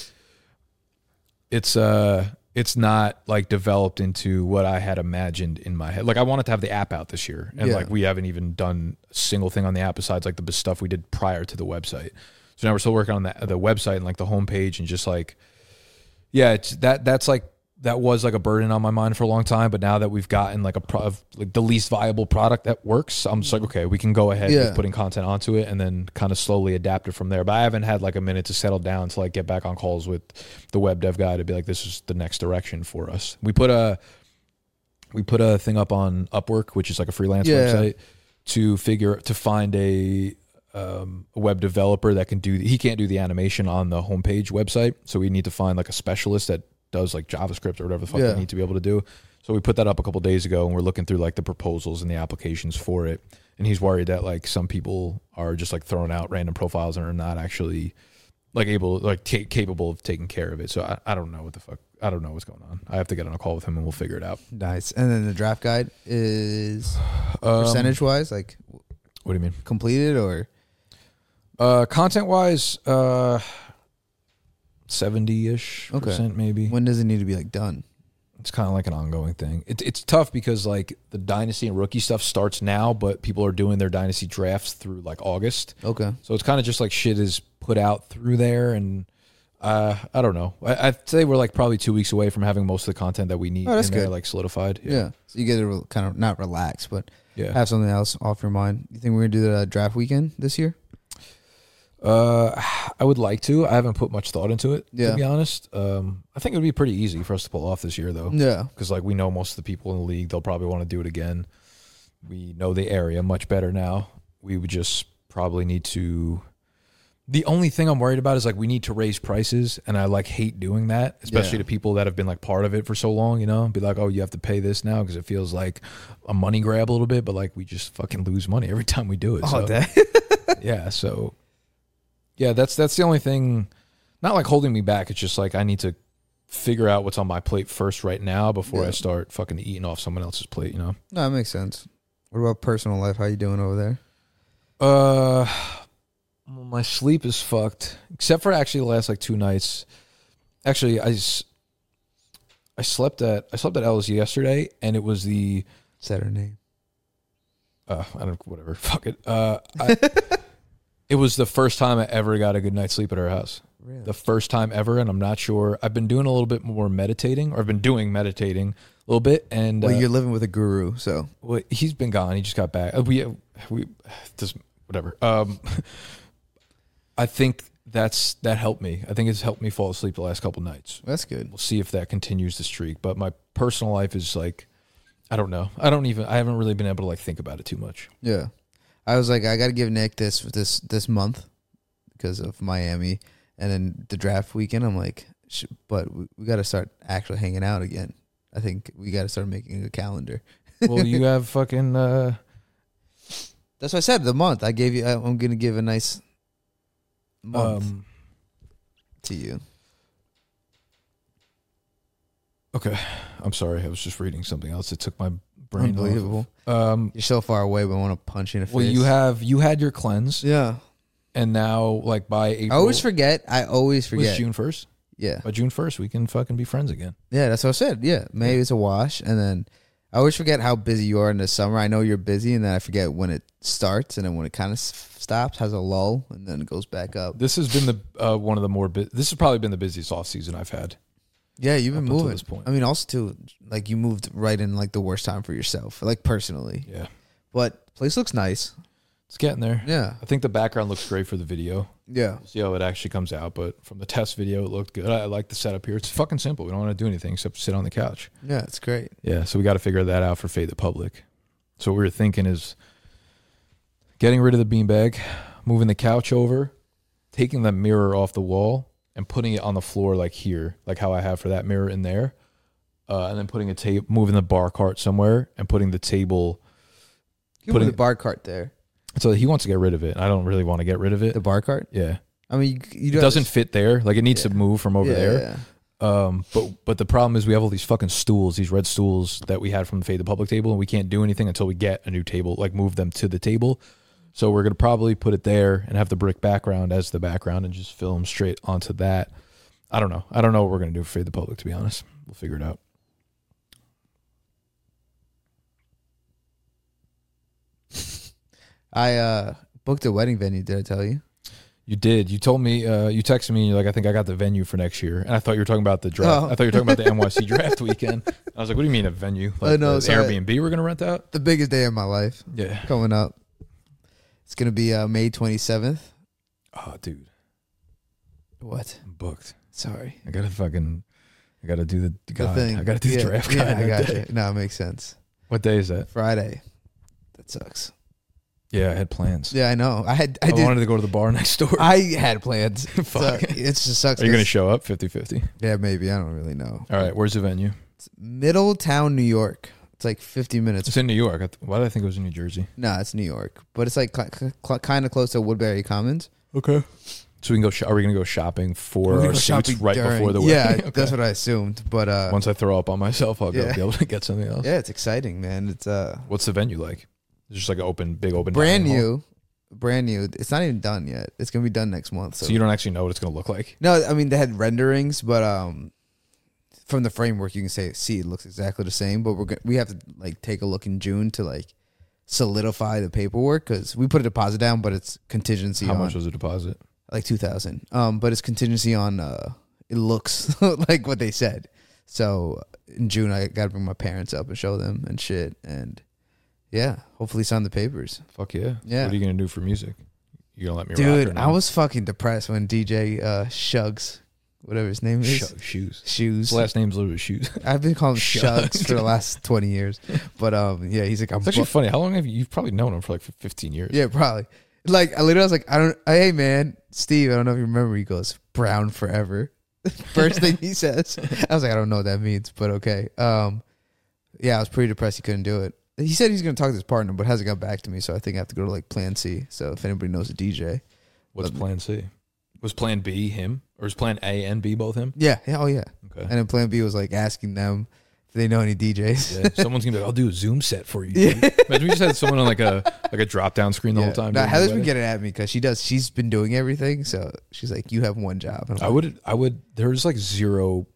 [SPEAKER 1] it's uh, it's not like developed into what I had imagined in my head. Like I wanted to have the app out this year, and
[SPEAKER 2] Yeah.
[SPEAKER 1] like we haven't even done a single thing on the app besides like the b- stuff we did prior to the website. So now we're still working on the the website and like the homepage and just like yeah, it's that that's like that was like a burden on my mind for a long time, but now that we've gotten like a pro- like the least viable product that works, I'm just like, okay, we can go ahead
[SPEAKER 2] Yeah.
[SPEAKER 1] with putting content onto it and then kind of slowly adapt it from there. But I haven't had like a minute to settle down to like get back on calls with the web dev guy to be like, this is the next direction for us. We put a we put a thing up on Upwork, which is like a freelance
[SPEAKER 2] Yeah.
[SPEAKER 1] website, to figure to find a um, a web developer that can do he can't do the animation on the homepage website, so we need to find like a specialist that does like JavaScript or whatever the fuck
[SPEAKER 2] Yeah.
[SPEAKER 1] they need to be able to do. So we put that up a couple days ago, and we're looking through like the proposals and the applications for it. And he's worried that like some people are just like throwing out random profiles and are not actually like able like ca- capable of taking care of it. So I, I don't know what the fuck I don't know what's going on. I have to get on a call with him and we'll figure it out.
[SPEAKER 2] Nice. And then the draft guide is
[SPEAKER 1] Um,
[SPEAKER 2] percentage wise, like
[SPEAKER 1] What do you mean?
[SPEAKER 2] completed or
[SPEAKER 1] Uh, content wise, uh, seventy ish
[SPEAKER 2] Okay.
[SPEAKER 1] percent maybe.
[SPEAKER 2] when does it need to be like done?
[SPEAKER 1] It's kind of like an ongoing thing. It, it's tough because like the dynasty and rookie stuff starts now, but people are doing their dynasty drafts through like August,
[SPEAKER 2] Okay.
[SPEAKER 1] so it's kind of just like shit is put out through there, and uh, I don't know. I, I'd say we're like probably two weeks away from having most of the content that we need
[SPEAKER 2] Oh, that's
[SPEAKER 1] in there,
[SPEAKER 2] good.
[SPEAKER 1] like solidified.
[SPEAKER 2] Yeah. So you get to re- kind of not relax, but
[SPEAKER 1] yeah.
[SPEAKER 2] have something else off your mind. You think we're gonna do the uh, draft weekend this year?
[SPEAKER 1] Uh, I would like to. I haven't put much thought into it.
[SPEAKER 2] Yeah.
[SPEAKER 1] To be honest, um, I think it would be pretty easy for us to pull off this year, though,
[SPEAKER 2] Yeah.
[SPEAKER 1] because like we know most of the people in the league, they'll probably want to do it again. We know the area much better now. We would just probably need to. The only thing I'm worried about is like we need to raise prices, and I like hate doing that, especially to
[SPEAKER 2] Yeah.
[SPEAKER 1] people that have been like part of it for so long. You know, be like, oh, you have to pay this now because it feels like a money grab a little bit, but like we just fucking lose money every time we do it. so
[SPEAKER 2] that.
[SPEAKER 1] yeah so yeah that's that's the only thing not like holding me back it's just like i need to figure out what's on my plate first right now before
[SPEAKER 2] Yeah.
[SPEAKER 1] i start fucking eating off someone else's plate you know
[SPEAKER 2] no, that makes sense. What about personal life? How you doing over there?
[SPEAKER 1] uh well, my sleep is fucked except for actually the last like two nights actually i s- I slept at i slept at l's yesterday and it was the
[SPEAKER 2] Saturday.
[SPEAKER 1] uh, I don't whatever fuck it uh I, it was the first time i ever got a good night's sleep at our house
[SPEAKER 2] Really?
[SPEAKER 1] the first time ever, and I'm not sure. I've been doing a little bit more meditating, or I've been doing meditating a little bit, and
[SPEAKER 2] well,
[SPEAKER 1] uh,
[SPEAKER 2] you're living with a guru, so
[SPEAKER 1] well, he's been gone. He just got back. Uh, We we just whatever. Um, I think that's that helped me. I think it's helped me fall asleep the last couple nights.
[SPEAKER 2] that's good.
[SPEAKER 1] We'll see if that continues the streak. But my personal life is like, I don't know. I don't even. I haven't really been able to like think about it too much.
[SPEAKER 2] Yeah. I was like, I got to give Nick this this this month because of Miami, and then the draft weekend. I'm like, sh- but we, we got to start actually hanging out again. I think we got to start making a calendar.
[SPEAKER 1] Well, you have fucking. Uh,
[SPEAKER 2] That's what I said. The month I gave you, I, I'm gonna give a nice month
[SPEAKER 1] um,
[SPEAKER 2] to you.
[SPEAKER 1] okay, I'm sorry. I was just reading something else. It took my brain. off.
[SPEAKER 2] Unbelievable.
[SPEAKER 1] Um,
[SPEAKER 2] You're so far away, but I want to punch you in the
[SPEAKER 1] Well,
[SPEAKER 2] face.
[SPEAKER 1] you have you had your cleanse,
[SPEAKER 2] yeah.
[SPEAKER 1] and now like by
[SPEAKER 2] I
[SPEAKER 1] April,
[SPEAKER 2] always forget. I always
[SPEAKER 1] it was
[SPEAKER 2] forget.
[SPEAKER 1] June first.
[SPEAKER 2] Yeah.
[SPEAKER 1] By June first, we can fucking be friends again.
[SPEAKER 2] Yeah, that's what I said. Yeah, maybe it's a wash, and then I always forget how busy you are in the summer. I know you're busy, and then I forget when it starts, and then when it kind of stops, has a lull, and then it goes back up.
[SPEAKER 1] This has been the uh, one of the more. Bu- this has probably been the busiest off season I've had.
[SPEAKER 2] Yeah, you've been
[SPEAKER 1] Up until
[SPEAKER 2] moving.
[SPEAKER 1] this point.
[SPEAKER 2] I mean, also too, like you moved right in like the worst time for yourself, like personally.
[SPEAKER 1] Yeah,
[SPEAKER 2] But place looks nice.
[SPEAKER 1] it's getting there.
[SPEAKER 2] Yeah,
[SPEAKER 1] I think the background looks great for the video.
[SPEAKER 2] yeah,
[SPEAKER 1] We'll see how it actually comes out. But from the test video, it looked good. I like the setup here. It's fucking simple. We don't want to do anything except sit on the couch.
[SPEAKER 2] yeah. It's great.
[SPEAKER 1] Yeah, so we got to figure that out for Fade the Public. So what we were thinking is getting rid of the beanbag, moving the couch over, taking the mirror off the wall and putting it on the floor like here, like how I have for that mirror in there. Uh, and then putting a tape, moving the bar cart somewhere and putting the table.
[SPEAKER 2] You put
[SPEAKER 1] Putting-
[SPEAKER 2] the bar cart there.
[SPEAKER 1] So he wants to get rid of it. I don't really want to get rid of it.
[SPEAKER 2] The bar cart.
[SPEAKER 1] Yeah.
[SPEAKER 2] I mean, you, you
[SPEAKER 1] It doesn't fit there. Like it needs
[SPEAKER 2] Yeah.
[SPEAKER 1] to move from over
[SPEAKER 2] yeah,
[SPEAKER 1] there.
[SPEAKER 2] yeah.
[SPEAKER 1] Um, but but the problem is we have all these fucking stools, these red stools that we had from the Fade the Public table, and we can't do anything until we get a new table, like move them to the table. So we're gonna probably put it there and have the brick background as the background and just film straight onto that. I don't know. I don't know what we're gonna do for Fade the Public to be honest. We'll figure it out.
[SPEAKER 2] I uh, booked a wedding venue. Did I tell you?
[SPEAKER 1] You did. You told me. Uh, you texted me. and You're like, I think I got the venue for next year, and I thought you were talking about the draft.
[SPEAKER 2] Oh.
[SPEAKER 1] I thought you were talking about the NYC draft weekend. I was like, What do you mean a venue? Like
[SPEAKER 2] know,
[SPEAKER 1] the
[SPEAKER 2] so I-
[SPEAKER 1] Airbnb we're gonna rent out?
[SPEAKER 2] The biggest day of my life
[SPEAKER 1] Yeah.
[SPEAKER 2] coming up. It's gonna be uh, May twenty seventh.
[SPEAKER 1] Oh, dude,
[SPEAKER 2] What?
[SPEAKER 1] I'm booked.
[SPEAKER 2] Sorry.
[SPEAKER 1] I gotta fucking, I gotta do the,
[SPEAKER 2] The
[SPEAKER 1] God,
[SPEAKER 2] thing.
[SPEAKER 1] I gotta do
[SPEAKER 2] Yeah,
[SPEAKER 1] the draft
[SPEAKER 2] Yeah,
[SPEAKER 1] guide.
[SPEAKER 2] I
[SPEAKER 1] that
[SPEAKER 2] got
[SPEAKER 1] day.
[SPEAKER 2] you. No, it makes sense.
[SPEAKER 1] What day is that?
[SPEAKER 2] Friday. That sucks.
[SPEAKER 1] Yeah, I had plans.
[SPEAKER 2] Yeah, I know. I had. I,
[SPEAKER 1] I,
[SPEAKER 2] did.
[SPEAKER 1] wanted to go to the bar next door.
[SPEAKER 2] I had plans.
[SPEAKER 1] Fuck.
[SPEAKER 2] So it just sucks.
[SPEAKER 1] Are you gonna
[SPEAKER 2] 'cause-
[SPEAKER 1] show up 50-50?
[SPEAKER 2] yeah, maybe. I don't really know.
[SPEAKER 1] All right, where's the venue?
[SPEAKER 2] It's Middletown, New York. It's like 50 minutes.
[SPEAKER 1] It's in New York. I th- Why did I think it was in New Jersey?
[SPEAKER 2] No, it's New York, but it's like cl- cl- cl- kind of close to Woodbury Commons.
[SPEAKER 1] Okay. So we can go. Sh- are we gonna go shopping
[SPEAKER 2] We're
[SPEAKER 1] for
[SPEAKER 2] gonna
[SPEAKER 1] our
[SPEAKER 2] go
[SPEAKER 1] suits
[SPEAKER 2] shopping
[SPEAKER 1] right
[SPEAKER 2] during-
[SPEAKER 1] before the wedding?
[SPEAKER 2] Yeah,
[SPEAKER 1] Okay.
[SPEAKER 2] that's what I assumed. But uh,
[SPEAKER 1] Once I throw up on myself, I'll go
[SPEAKER 2] Yeah.
[SPEAKER 1] be able to get something else.
[SPEAKER 2] yeah, it's exciting, man. It's uh,
[SPEAKER 1] What's the venue like? It's just like an open, big open,
[SPEAKER 2] brand
[SPEAKER 1] dining hall?
[SPEAKER 2] new, brand new. It's not even done yet. It's gonna be done next month. So,
[SPEAKER 1] So you don't actually know what it's gonna look like.
[SPEAKER 2] no, I mean they had renderings, but um, from the framework you can say see it looks exactly the same. But we're go- we have to like take a look in June to like solidify the paperwork because we put a deposit down, but it's contingency.
[SPEAKER 1] How
[SPEAKER 2] on,
[SPEAKER 1] much was the deposit?
[SPEAKER 2] like 2000 um but it's contingency on uh it looks like what they said so in june i gotta bring my parents up and show them and shit and yeah hopefully sign the papers
[SPEAKER 1] Fuck yeah.
[SPEAKER 2] Yeah.
[SPEAKER 1] What are you gonna do for music? You gonna let me rock
[SPEAKER 2] dude
[SPEAKER 1] or
[SPEAKER 2] i
[SPEAKER 1] no?
[SPEAKER 2] was fucking depressed when dj uh shugs whatever his name is
[SPEAKER 1] Sho- shoes.
[SPEAKER 2] shoes
[SPEAKER 1] His last name's literally shoes.
[SPEAKER 2] i've been calling him
[SPEAKER 1] Shug.
[SPEAKER 2] shugs for the last 20 years but um yeah he's like i'm
[SPEAKER 1] It's actually
[SPEAKER 2] bu-
[SPEAKER 1] funny. How long have you? You've probably known him for like 15 years.
[SPEAKER 2] yeah probably like I literally was like, I don't. Hey man, Steve, I don't know if you remember. He goes brown forever. First thing he says, I was like, I don't know what that means, but okay. Um, yeah, I was pretty depressed. He couldn't do it. He said he's gonna talk to his partner, but hasn't got back to me. So I think I have to go to like Plan C. So if anybody knows a DJ,
[SPEAKER 1] What's Plan C? Was Plan B him, or is Plan A and B both him?
[SPEAKER 2] yeah, yeah, oh yeah.
[SPEAKER 1] Okay.
[SPEAKER 2] And then Plan B was like asking them if they know any DJs.
[SPEAKER 1] Yeah, someone's gonna be like, "I'll do a Zoom set for you." dude." Imagine we just had someone on like a like a drop down screen the
[SPEAKER 2] Yeah.
[SPEAKER 1] whole time.
[SPEAKER 2] Now
[SPEAKER 1] during the
[SPEAKER 2] Heather's been
[SPEAKER 1] wedding.
[SPEAKER 2] getting at me because she does. She's been doing everything, so she's like, "You have one job." And I'm
[SPEAKER 1] I would. I would. There's like zero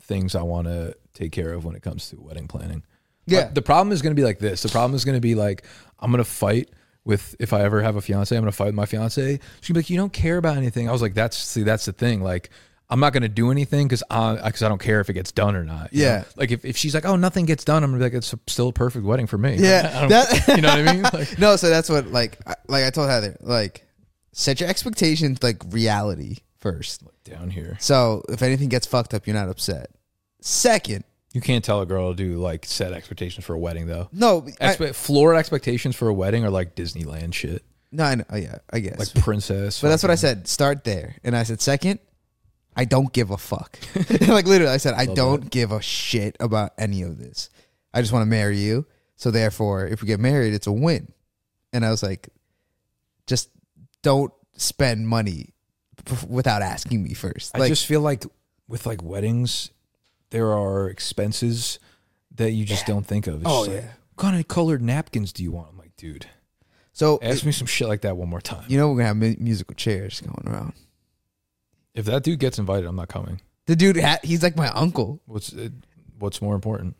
[SPEAKER 1] things I want to take care of when it comes to wedding planning.
[SPEAKER 2] Yeah.
[SPEAKER 1] But the problem is going to be like this. The problem is going to be like I'm going to fight with if I ever have a fiance, I'm going to fight with my fiance. She'd be like, "You don't care about anything." I was like, "That's see, that's the thing." Like. I'm not going to do anything because I because I don't care if it gets done or not. you
[SPEAKER 2] Yeah.
[SPEAKER 1] know? Like if, if she's like, oh, nothing gets done, I'm gonna be like, it's still a perfect wedding for me.
[SPEAKER 2] Yeah,
[SPEAKER 1] I don't-
[SPEAKER 2] that-
[SPEAKER 1] you know what I mean? Like,
[SPEAKER 2] no, so that's what like I- like I told Heather like set your expectations like reality first.
[SPEAKER 1] down here,
[SPEAKER 2] So if anything gets fucked up, you're not upset. Second,
[SPEAKER 1] you can't tell a girl to do like set expectations for a wedding though.
[SPEAKER 2] no, I,
[SPEAKER 1] Expe- floor expectations for a wedding are like Disneyland shit,
[SPEAKER 2] no, I know, oh, yeah, I guess.
[SPEAKER 1] like princess.
[SPEAKER 2] but that's what I said. Start there, and I said second. I don't give a fuck. like literally, I said I don't give a shit about any of this. I just want to marry you. So therefore, if we get married, it's a win. And I was like, just don't spend money bef- without asking me first.
[SPEAKER 1] I
[SPEAKER 2] Like,
[SPEAKER 1] just feel like with like weddings, there are expenses that you just don't think of. It's
[SPEAKER 2] Oh,
[SPEAKER 1] just like,
[SPEAKER 2] yeah.
[SPEAKER 1] What kind of colored napkins do you want? I'm like, dude,
[SPEAKER 2] So
[SPEAKER 1] ask me some shit like that one more time.
[SPEAKER 2] you know we're gonna have mu- musical chairs going around.
[SPEAKER 1] if that dude gets invited, I'm not coming.
[SPEAKER 2] The dude, ha- he's like my uncle.
[SPEAKER 1] What's uh, what's more important?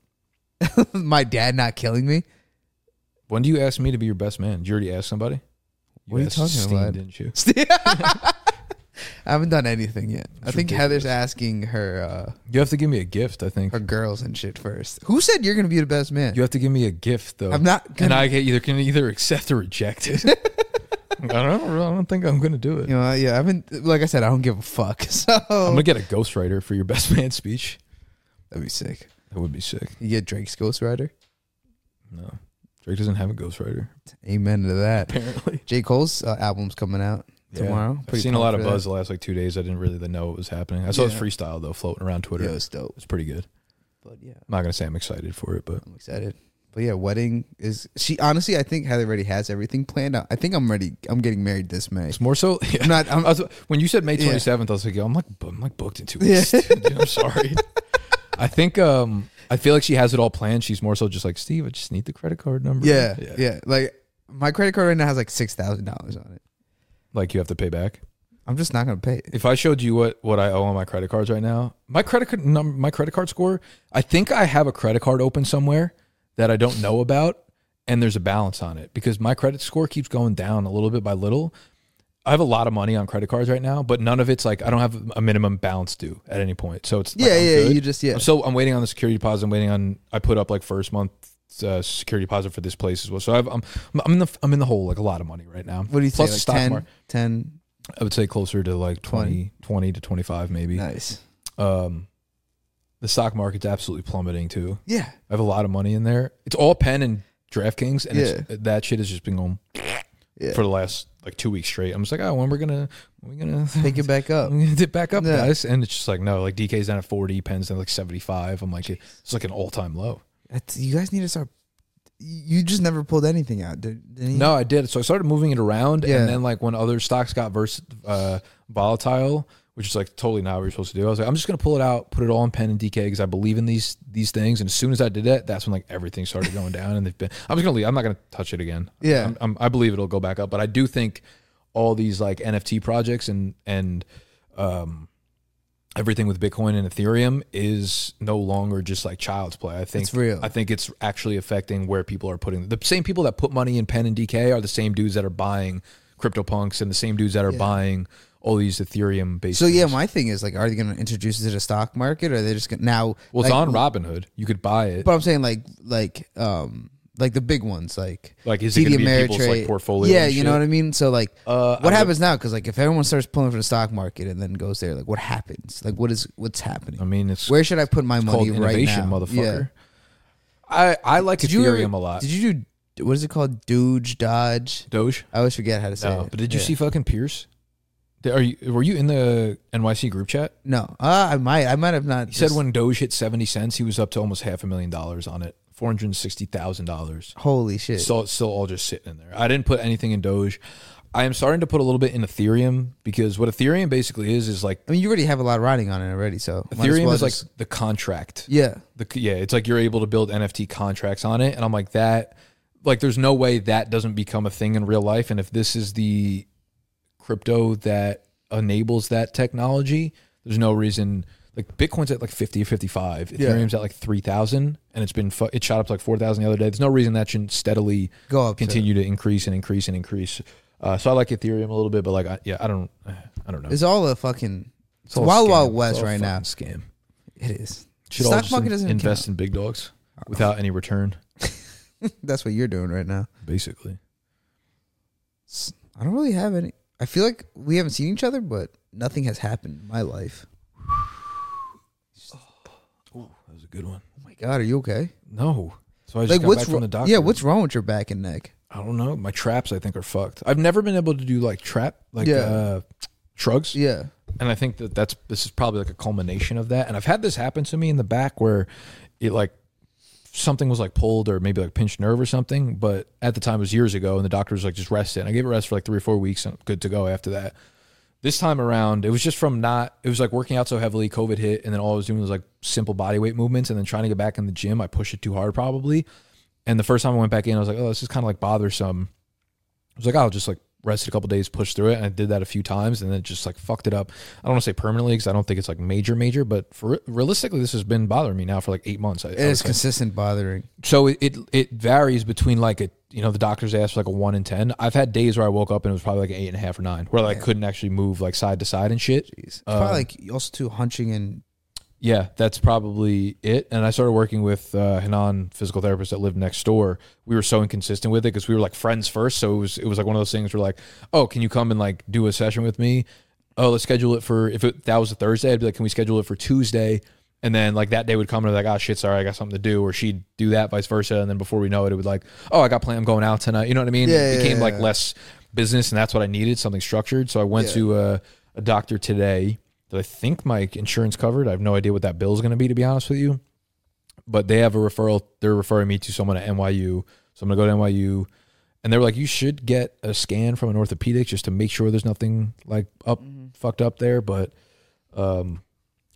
[SPEAKER 2] my dad not killing me.
[SPEAKER 1] When do you ask me to be your best man? Did you already ask somebody?
[SPEAKER 2] What are you
[SPEAKER 1] asked
[SPEAKER 2] talking
[SPEAKER 1] Steen,
[SPEAKER 2] about?
[SPEAKER 1] Didn't you?
[SPEAKER 2] I haven't done anything yet. I
[SPEAKER 1] It's
[SPEAKER 2] think
[SPEAKER 1] ridiculous.
[SPEAKER 2] Heather's asking her uh,
[SPEAKER 1] You have to give me a gift. I think
[SPEAKER 2] her girls and shit first. Who said you're gonna be the best man?
[SPEAKER 1] you have to give me a gift though.
[SPEAKER 2] I'm not
[SPEAKER 1] and
[SPEAKER 2] gonna.
[SPEAKER 1] I can either can either accept or reject it. I don't. know. I don't think I'm gonna do it.
[SPEAKER 2] you know, yeah, I haven't. Like I said, I don't give a fuck. So
[SPEAKER 1] I'm gonna get a ghostwriter for your best man speech.
[SPEAKER 2] that'd be sick.
[SPEAKER 1] That would be sick.
[SPEAKER 2] You get Drake's ghostwriter.
[SPEAKER 1] No, Drake doesn't have a ghostwriter
[SPEAKER 2] Amen to that.
[SPEAKER 1] apparently.
[SPEAKER 2] J Cole's uh, album's coming out tomorrow.
[SPEAKER 1] I've
[SPEAKER 2] Pretty
[SPEAKER 1] seen a lot of
[SPEAKER 2] pumped for that.
[SPEAKER 1] buzz the last like two days. I didn't really know what was happening. I saw his
[SPEAKER 2] Yeah.
[SPEAKER 1] freestyle though floating around Twitter.
[SPEAKER 2] Yeah,
[SPEAKER 1] It's
[SPEAKER 2] it's dope.
[SPEAKER 1] pretty good.
[SPEAKER 2] But yeah,
[SPEAKER 1] I'm not gonna say I'm excited for it, but
[SPEAKER 2] I'm excited. But yeah, wedding is she honestly I think Heather already has everything planned out. I think I'm ready I'm getting married this May.
[SPEAKER 1] It's more so.
[SPEAKER 2] I'm not
[SPEAKER 1] I
[SPEAKER 2] I'm,
[SPEAKER 1] was, when you said May
[SPEAKER 2] Yeah.
[SPEAKER 1] 27th, I was like, yo, I'm like, bu- I'm like booked in two
[SPEAKER 2] Yeah.
[SPEAKER 1] weeks. dude. I'm sorry. I think, um, I feel like she has it all planned. She's more so just like, Steve, I just need the credit card number.
[SPEAKER 2] yeah, yeah, Like my credit card right now has like six thousand dollars on it.
[SPEAKER 1] Like you have to pay back.
[SPEAKER 2] I'm just not gonna pay it.
[SPEAKER 1] If I showed you what, what I owe on my credit cards right now, my credit card num- my credit card score, I think I have a credit card open somewhere that I don't know about, and there's a balance on it because my credit score keeps going down a little bit by little. I have a lot of money on credit cards right now, but none of it's like I don't have a minimum balance due at any point. So it's like,
[SPEAKER 2] yeah,
[SPEAKER 1] I'm
[SPEAKER 2] yeah.
[SPEAKER 1] good.
[SPEAKER 2] You just yeah.
[SPEAKER 1] So I'm waiting on the security deposit. I'm waiting on. I put up like first month uh, security deposit for this place as well. So I've, I'm I'm in the I'm in the hole like a lot of money right now.
[SPEAKER 2] What do you
[SPEAKER 1] Plus
[SPEAKER 2] say?
[SPEAKER 1] stock
[SPEAKER 2] Like 10,
[SPEAKER 1] market.
[SPEAKER 2] 10?
[SPEAKER 1] I would say closer to like 20, 20 to 25 maybe.
[SPEAKER 2] Nice.
[SPEAKER 1] Um, the stock market's absolutely plummeting too.
[SPEAKER 2] Yeah.
[SPEAKER 1] I have a lot of money in there. It's all Penn and DraftKings, and it's, that shit has just been going
[SPEAKER 2] Yeah.
[SPEAKER 1] for the last like two weeks straight. I'm just like, oh, when we're gonna when we gonna
[SPEAKER 2] Pick it back up.
[SPEAKER 1] I'm gonna dip back up,
[SPEAKER 2] Yeah.
[SPEAKER 1] guys. And it's just like, no, like DK's down at 40, Penn's down at like 75. I'm like, it's like an all time low.
[SPEAKER 2] That's, you guys need to start. You just never pulled anything out, dude. Didn't you?
[SPEAKER 1] No, I did. So I started moving it around.
[SPEAKER 2] Yeah.
[SPEAKER 1] And then, like, when other stocks got vers- uh, volatile, which is like totally not what you're supposed to do, I was like, I'm just going to pull it out, put it all in Penn and DK because I believe in these these things. And as soon as I did that, that's when like everything started going down. And they've been, I'm just going to leave. I'm not going to touch it again.
[SPEAKER 2] Yeah.
[SPEAKER 1] I'm, I'm, I believe it'll go back up. But I do think all these like NFT projects and, and, um, everything with Bitcoin and Ethereum is no longer just like child's play. I think
[SPEAKER 2] It's real.
[SPEAKER 1] I think it's actually affecting where people are putting the same people that put money in Penn and DK are the same dudes that are buying CryptoPunks and the same dudes that are buying all these Ethereum based.
[SPEAKER 2] So yeah, my thing is like, are they going to introduce it to the stock market, or are they just gonna, now?
[SPEAKER 1] well, it's
[SPEAKER 2] like,
[SPEAKER 1] on Robinhood. You could buy it.
[SPEAKER 2] But I'm saying like, like, um, like the big ones, like
[SPEAKER 1] Like, is it gonna be in people's, like, portfolio
[SPEAKER 2] Yeah,
[SPEAKER 1] and
[SPEAKER 2] you know
[SPEAKER 1] shit?
[SPEAKER 2] what I mean. So like,
[SPEAKER 1] Uh,
[SPEAKER 2] what
[SPEAKER 1] I-
[SPEAKER 2] happens now? Because like, if everyone starts pulling from the stock market and then goes there, like, what happens? Like, what is what's happening?
[SPEAKER 1] I mean, it's
[SPEAKER 2] Where should I put my
[SPEAKER 1] called
[SPEAKER 2] money right
[SPEAKER 1] innovation,
[SPEAKER 2] now?
[SPEAKER 1] motherfucker. I I like
[SPEAKER 2] Did you ever-
[SPEAKER 1] Ethereum a lot.
[SPEAKER 2] Did you do what is it called? Doge, Dodge.
[SPEAKER 1] Doge.
[SPEAKER 2] I always forget how to say
[SPEAKER 1] No,
[SPEAKER 2] it.
[SPEAKER 1] but did you
[SPEAKER 2] Yeah.
[SPEAKER 1] see fucking Pierce? Did- Are you were you in the NYC group chat?
[SPEAKER 2] No, uh, I might. I might have not.
[SPEAKER 1] He said when Doge hit 70 cents, he was up to almost half a million dollars on it, $460,000.
[SPEAKER 2] "Holy shit!"
[SPEAKER 1] Still, still all just sitting in there. I didn't put anything in Doge. I am starting to put a little bit in Ethereum because what Ethereum basically is is like
[SPEAKER 2] I mean, you already have a lot of riding on it already, so might as
[SPEAKER 1] Ethereum
[SPEAKER 2] well
[SPEAKER 1] is
[SPEAKER 2] just-
[SPEAKER 1] like the contract.
[SPEAKER 2] yeah,
[SPEAKER 1] The, yeah, it's like you're able to build NFT contracts on it. And I'm like, that, like, there's no way that doesn't become a thing in real life. And if this is the crypto that enables that technology, there's no reason. Like Bitcoin's at like 50 or 55, Ethereum's at like 3,000, and it's been, fu- it shot up to like 4,000 the other day. There's no reason that shouldn't steadily
[SPEAKER 2] go up. To,
[SPEAKER 1] continue to increase and increase and increase. Uh, so I like Ethereum a little bit, but like, I, yeah, I don't, I don't know.
[SPEAKER 2] it's all a fucking it's
[SPEAKER 1] all a
[SPEAKER 2] wild,
[SPEAKER 1] scam.
[SPEAKER 2] wild
[SPEAKER 1] It's
[SPEAKER 2] west
[SPEAKER 1] all a
[SPEAKER 2] right now.
[SPEAKER 1] fucking Scam.
[SPEAKER 2] It is.
[SPEAKER 1] Should
[SPEAKER 2] Stock
[SPEAKER 1] all just
[SPEAKER 2] market
[SPEAKER 1] in-
[SPEAKER 2] doesn't even
[SPEAKER 1] invest in big dogs without any return,
[SPEAKER 2] That's what you're doing right now.
[SPEAKER 1] basically.
[SPEAKER 2] S- I don't really have any. I feel like we haven't seen each other, but nothing has happened in my life.
[SPEAKER 1] That was a good one.
[SPEAKER 2] Oh my god, are you okay?
[SPEAKER 1] No. So I just
[SPEAKER 2] Like
[SPEAKER 1] got
[SPEAKER 2] what's
[SPEAKER 1] back from
[SPEAKER 2] wrong?
[SPEAKER 1] the doctor.
[SPEAKER 2] Yeah, what's wrong with your back and neck?
[SPEAKER 1] I don't know. My traps I think are fucked. I've never been able to do like trap like
[SPEAKER 2] Yeah.
[SPEAKER 1] uh shrugs.
[SPEAKER 2] Yeah,
[SPEAKER 1] And I think that that's this is probably like a culmination of that. And I've had this happen to me in the back where it like something was like pulled or maybe like pinched nerve or something, but at the time it was years ago and the doctor was like just rest it. And I gave it rest for like 3 or 4 weeks and I'm good to go after that. This time around, it was just from not it was like working out so heavily, COVID hit and then all I was doing was like simple body weight movements and then trying to get back in the gym, I pushed it too hard probably. And the first time I went back in, I was like, "Oh, this is kind of like bothersome." I was like, "Oh, I'll just like rest it a couple days, push through it. And I did that a few times and then it just like fucked it up. I don't want to say permanently because I don't think it's like major, major, but for realistically, this has been bothering me now for like eight months. I, I
[SPEAKER 2] it
[SPEAKER 1] would
[SPEAKER 2] is
[SPEAKER 1] say.
[SPEAKER 2] consistent bothering.
[SPEAKER 1] so it, it, it varies between like a, you know, the doctors asked for like a one in 10. I've had days where I woke up and it was probably like an eight and a half or nine where like, I couldn't actually move like side to side and shit.
[SPEAKER 2] It's
[SPEAKER 1] Um,
[SPEAKER 2] probably like also too hunching and
[SPEAKER 1] yeah, that's probably it. And I started working with uh, Hanan, physical therapist that lived next door. We were so inconsistent with it because we were like friends first. So it was it was like one of those things where like, oh, can you come and like do a session with me? Oh, let's schedule it for if it, that was a Thursday, I'd be like, can we schedule it for Tuesday? And then like that day would come and I'd be like, oh shit, sorry, I got something to do. Or she'd do that, vice versa. And then before we know it, it would like, oh, I got plan, I'm going out tonight. You know what I mean?
[SPEAKER 2] Yeah,
[SPEAKER 1] it
[SPEAKER 2] yeah,
[SPEAKER 1] became
[SPEAKER 2] yeah,
[SPEAKER 1] like
[SPEAKER 2] yeah.
[SPEAKER 1] less business, and that's what I needed, something structured. So I went
[SPEAKER 2] Yeah.
[SPEAKER 1] to a, a doctor today that I think my insurance covered. I have no idea what that bill is going to be, to be honest with you. but they have a referral. They're referring me to someone at NYU, so I'm gonna go to NYU. And they were like, you should get a scan from an orthopedic just to make sure there's nothing like up
[SPEAKER 2] Mm-hmm.
[SPEAKER 1] fucked up there. But um,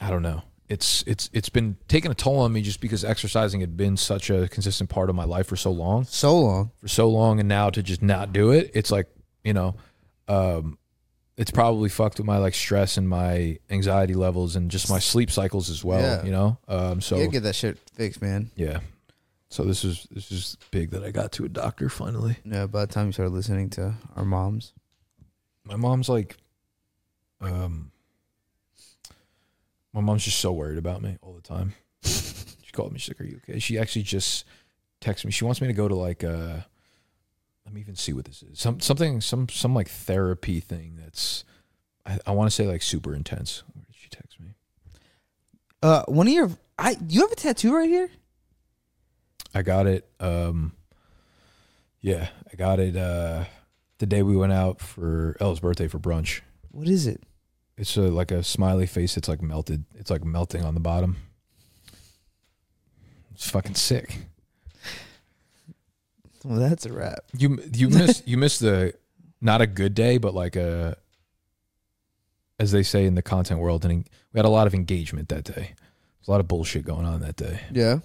[SPEAKER 1] I don't know. It's it's it's been taking a toll on me just because exercising had been such a consistent part of my life for so long
[SPEAKER 2] So long.
[SPEAKER 1] for so long and now to just not do it it's like you know um it's probably fucked with my like stress and my anxiety levels and just my sleep cycles as well
[SPEAKER 2] Yeah.
[SPEAKER 1] you know um so
[SPEAKER 2] You gotta get that shit fixed, man.
[SPEAKER 1] yeah so this is this is big that i got to a doctor finally
[SPEAKER 2] Yeah, by the time you start listening to our moms.
[SPEAKER 1] my mom's like um my mom's just so worried about me all the time she called me she's like are you okay she actually just texted me she wants me to go to like uh let me even see what this is some something some some like therapy thing that's i, I want to say like super intense where did she text me
[SPEAKER 2] Uh, one of your, I you have a tattoo right here.
[SPEAKER 1] i got it um yeah i got it uh the day we went out for elle's birthday for brunch
[SPEAKER 2] What is it?
[SPEAKER 1] It's a, like a smiley face. It's like melted. It's like melting on the bottom. It's fucking sick.
[SPEAKER 2] Well, that's a wrap.
[SPEAKER 1] You you miss you miss the not a good day, but like a as they say in the content world, and we had a lot of engagement that day. There's a lot of bullshit going on that day.
[SPEAKER 2] Yeah,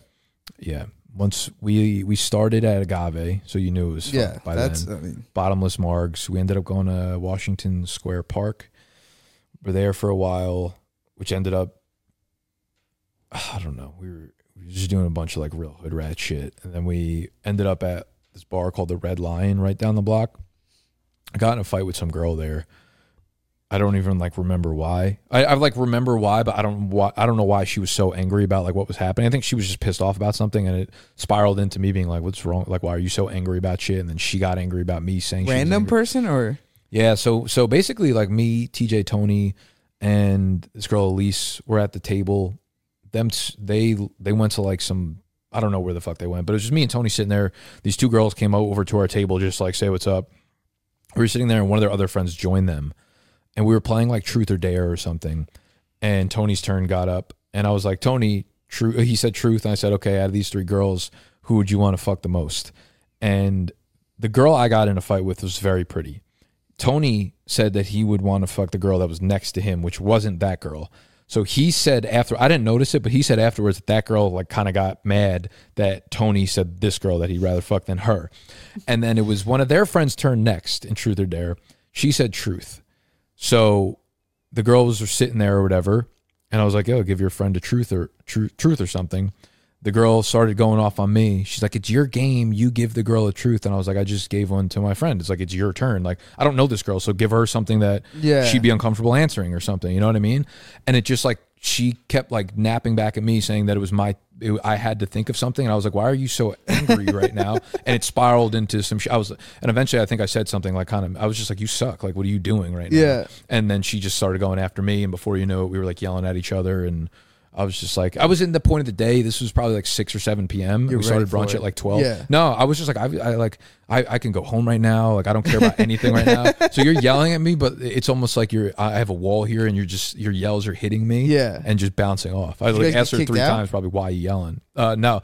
[SPEAKER 1] Yeah. Once we we started at Agave, so you knew it was fucked
[SPEAKER 2] yeah.
[SPEAKER 1] by
[SPEAKER 2] that's
[SPEAKER 1] then.
[SPEAKER 2] I mean,
[SPEAKER 1] bottomless margs. We ended up going to Washington Square Park. We're there for a while, which ended up I don't know. We were, we were just doing a bunch of like real hood rat shit, and then we ended up at this bar called the Red Lion right down the block. I got in a fight with some girl there. I don't even like remember why. I, I like remember why, but I don't. Why, I don't know why she was so angry about like what was happening. I think she was just pissed off about something, and it spiraled into me being like, "What's wrong? Like, why are you so angry about shit?" And then she got angry about me saying she was
[SPEAKER 2] random
[SPEAKER 1] angry.
[SPEAKER 2] person or
[SPEAKER 1] Yeah, so so basically like me, TJ Tony and this girl Elise were at the table. Them s- they they went to like some I don't know where the fuck they went, but it was just me and Tony sitting there. These two girls came over to our table just like say what's up. We were sitting there and one of their other friends joined them. And we were playing like truth or dare or something. And Tony's turn got up and I was like, "Tony, true." He said truth and I said, "Okay, out of these three girls, who would you want to fuck the most?" And the girl I got in a fight with was very pretty. Tony said that he would want to fuck the girl that was next to him, which wasn't that girl. So he said after I didn't notice it, but he said afterwards that that girl like kind of got mad that Tony said this girl that he'd rather fuck than her, and then it was one of their friends' turn next in Truth or Dare. She said truth, so the girls were sitting there or whatever, and I was like, "Yo, give your friend a truth or tru- truth or something." The girl started going off on me. She's like, "It's your game. You give the girl a truth." And I was like, "I just gave one to my friend. It's like it's your turn. Like I don't know this girl, so give her something that
[SPEAKER 2] Yeah.
[SPEAKER 1] she'd be uncomfortable answering or something." You know what I mean? And it just like she kept like napping back at me, saying that it was my it, I had to think of something. And I was like, "Why are you so angry right now?" And it spiraled into some. Sh- I was and eventually I think I said something like kind of I was just like, "You suck. Like what are you doing right now?"
[SPEAKER 2] Yeah.
[SPEAKER 1] And then she just started going after me. And before you know it, we were like yelling at each other. And I was just like, I was in the point of the day. This was probably like 6 or 7 p.m. and
[SPEAKER 2] You're
[SPEAKER 1] we started
[SPEAKER 2] ready
[SPEAKER 1] brunch
[SPEAKER 2] for
[SPEAKER 1] at
[SPEAKER 2] it.
[SPEAKER 1] like 12.
[SPEAKER 2] Yeah.
[SPEAKER 1] No, I was just like, I, I like, I, I can go home right now. Like, I don't care about anything right now. So you're yelling at me, but it's almost like you're, I have a wall here and you're just, your yells are hitting me
[SPEAKER 2] Yeah.
[SPEAKER 1] and just bouncing off. I
[SPEAKER 2] guys
[SPEAKER 1] like
[SPEAKER 2] get
[SPEAKER 1] asked her
[SPEAKER 2] kicked
[SPEAKER 1] three
[SPEAKER 2] out?
[SPEAKER 1] times probably why you yelling. Uh, no.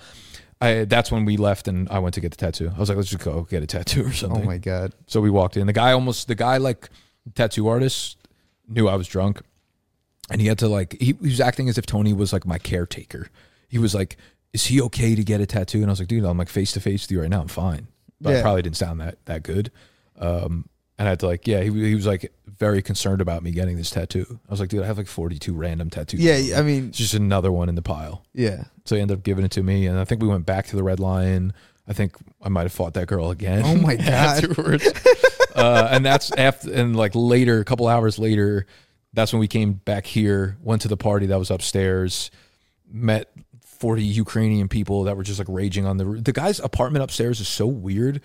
[SPEAKER 1] I, that's when we left and I went to get the tattoo. I was like, let's just go get a tattoo or
[SPEAKER 2] oh
[SPEAKER 1] something.
[SPEAKER 2] my god,
[SPEAKER 1] So we walked in. The guy almost the guy like tattoo artist knew I was drunk, and he had to like he, he was acting as if Tony was like my caretaker. He was like, "Is he okay to get a tattoo?" And I was like, "Dude, I'm like face to face with you right now. I'm fine." But I
[SPEAKER 2] Yeah.
[SPEAKER 1] probably didn't sound that that good. Um, and I had to like, yeah, he, he was like very concerned about me getting this tattoo. I was like, dude, I have like 42 random tattoos.
[SPEAKER 2] yeah. I mean,
[SPEAKER 1] it's just another one in the pile.
[SPEAKER 2] yeah.
[SPEAKER 1] So he ended up giving it to me, and I think we went back to the Red Lion. I think I might have fought that girl again.
[SPEAKER 2] Oh my God.
[SPEAKER 1] Afterwards, uh, and that's after, and like later, a couple hours later, that's when we came back here, went to the party that was upstairs, met forty Ukrainian people that were just like raging on the roo- the guy's apartment upstairs is so weird.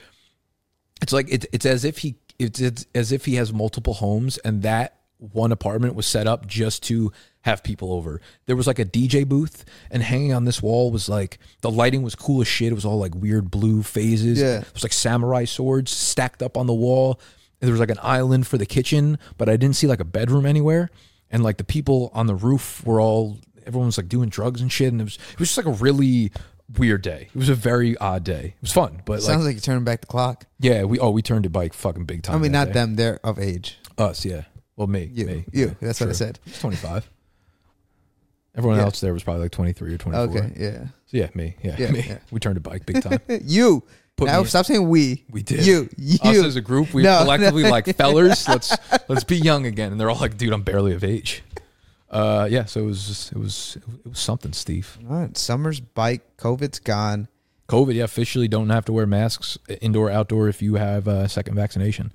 [SPEAKER 1] It's like it's it's as if he it's, it's as if he has multiple homes, and that one apartment was set up just to have people over. There was like a DJ booth, and hanging on this wall was like the lighting was cool as shit. It was all like weird blue phases.
[SPEAKER 2] Yeah.
[SPEAKER 1] it was like samurai swords stacked up on the wall. And there was like an island for the kitchen, but I didn't see like a bedroom anywhere. And like the people on the roof were all everyone was like doing drugs and shit, and it was it was just like a really weird day. It was a very odd day. It was fun, but like,
[SPEAKER 2] Sounds like you're turning back the clock.
[SPEAKER 1] yeah, we oh we turned it by fucking big time.
[SPEAKER 2] I mean,
[SPEAKER 1] that
[SPEAKER 2] not
[SPEAKER 1] day.
[SPEAKER 2] them. They're of age.
[SPEAKER 1] Us, yeah. Well, me,
[SPEAKER 2] You,
[SPEAKER 1] me,
[SPEAKER 2] you.
[SPEAKER 1] yeah,
[SPEAKER 2] That's what I
[SPEAKER 1] sure.
[SPEAKER 2] said.
[SPEAKER 1] It's twenty five. Everyone
[SPEAKER 2] Yeah.
[SPEAKER 1] else there was probably like twenty three or twenty four.
[SPEAKER 2] Okay, yeah,
[SPEAKER 1] So yeah, me, yeah,
[SPEAKER 2] Yeah,
[SPEAKER 1] me.
[SPEAKER 2] yeah.
[SPEAKER 1] We turned a bike big time.
[SPEAKER 2] you.
[SPEAKER 1] Put
[SPEAKER 2] now
[SPEAKER 1] me-
[SPEAKER 2] stop saying we.
[SPEAKER 1] We did.
[SPEAKER 2] You, you.
[SPEAKER 1] Us as a group, we
[SPEAKER 2] No,
[SPEAKER 1] collectively like fellers. Let's let's be young again. And they're all like, dude, I'm barely of age. Uh, yeah. So it was just, it was it was something, Steve.
[SPEAKER 2] All right, summer's bike. COVID's gone.
[SPEAKER 1] COVID, yeah, officially don't have to wear masks indoor outdoor if you have a second vaccination.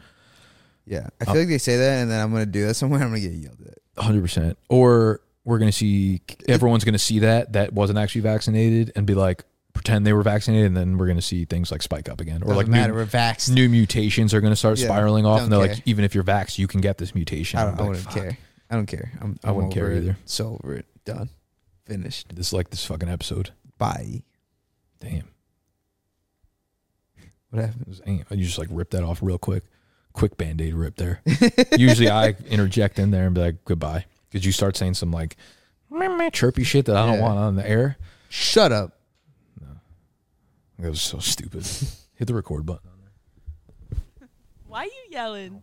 [SPEAKER 2] Yeah,
[SPEAKER 1] Oh.
[SPEAKER 2] I feel like they say that, and then I'm gonna do that somewhere. I'm gonna get yelled at.
[SPEAKER 1] 100%. Or we're going to see everyone's going to see that that wasn't actually vaccinated and be like pretend they were vaccinated and then we're going to see things like spike up again or
[SPEAKER 2] Doesn't
[SPEAKER 1] like
[SPEAKER 2] matter.
[SPEAKER 1] new,
[SPEAKER 2] We're vaxxed.
[SPEAKER 1] new mutations are going to start
[SPEAKER 2] Yeah,
[SPEAKER 1] spiraling off and they're
[SPEAKER 2] don't
[SPEAKER 1] like
[SPEAKER 2] care.
[SPEAKER 1] even if you're vaxxed you can get this mutation.
[SPEAKER 2] I,
[SPEAKER 1] I'm
[SPEAKER 2] don't, I
[SPEAKER 1] like,
[SPEAKER 2] wouldn't
[SPEAKER 1] fuck.
[SPEAKER 2] care. I don't care. I'm,
[SPEAKER 1] I
[SPEAKER 2] I'm
[SPEAKER 1] wouldn't care
[SPEAKER 2] over it.
[SPEAKER 1] either.
[SPEAKER 2] So over it. Done. Finished.
[SPEAKER 1] This is like this fucking episode.
[SPEAKER 2] Bye.
[SPEAKER 1] Damn.
[SPEAKER 2] What happened?
[SPEAKER 1] It was- damn. You just like ripped that off real quick. Quick band aid rip there. Usually I interject in there and be like, goodbye. Because you start saying some like meh, meh, chirpy shit that I don't
[SPEAKER 2] Yeah.
[SPEAKER 1] want on the air.
[SPEAKER 2] Shut up.
[SPEAKER 1] That was so stupid. Hit the record button.
[SPEAKER 3] Why you yelling?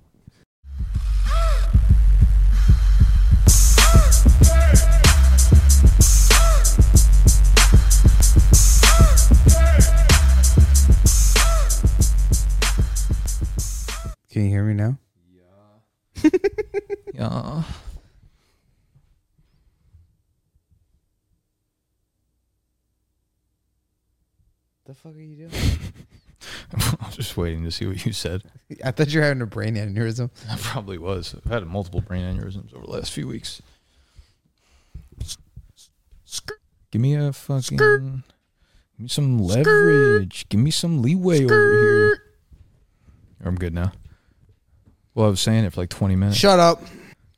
[SPEAKER 2] Can you hear me now?
[SPEAKER 1] Yeah.
[SPEAKER 2] The fuck are you doing?
[SPEAKER 1] I'm just waiting to see what you said.
[SPEAKER 2] I thought you were having a brain aneurysm.
[SPEAKER 1] I probably was. I've had multiple brain aneurysms over the last few weeks. Give me a fucking. Give me some leverage. Give me some leeway over here. I'm good now. Well, I was saying it for like 20 minutes.
[SPEAKER 2] Shut up.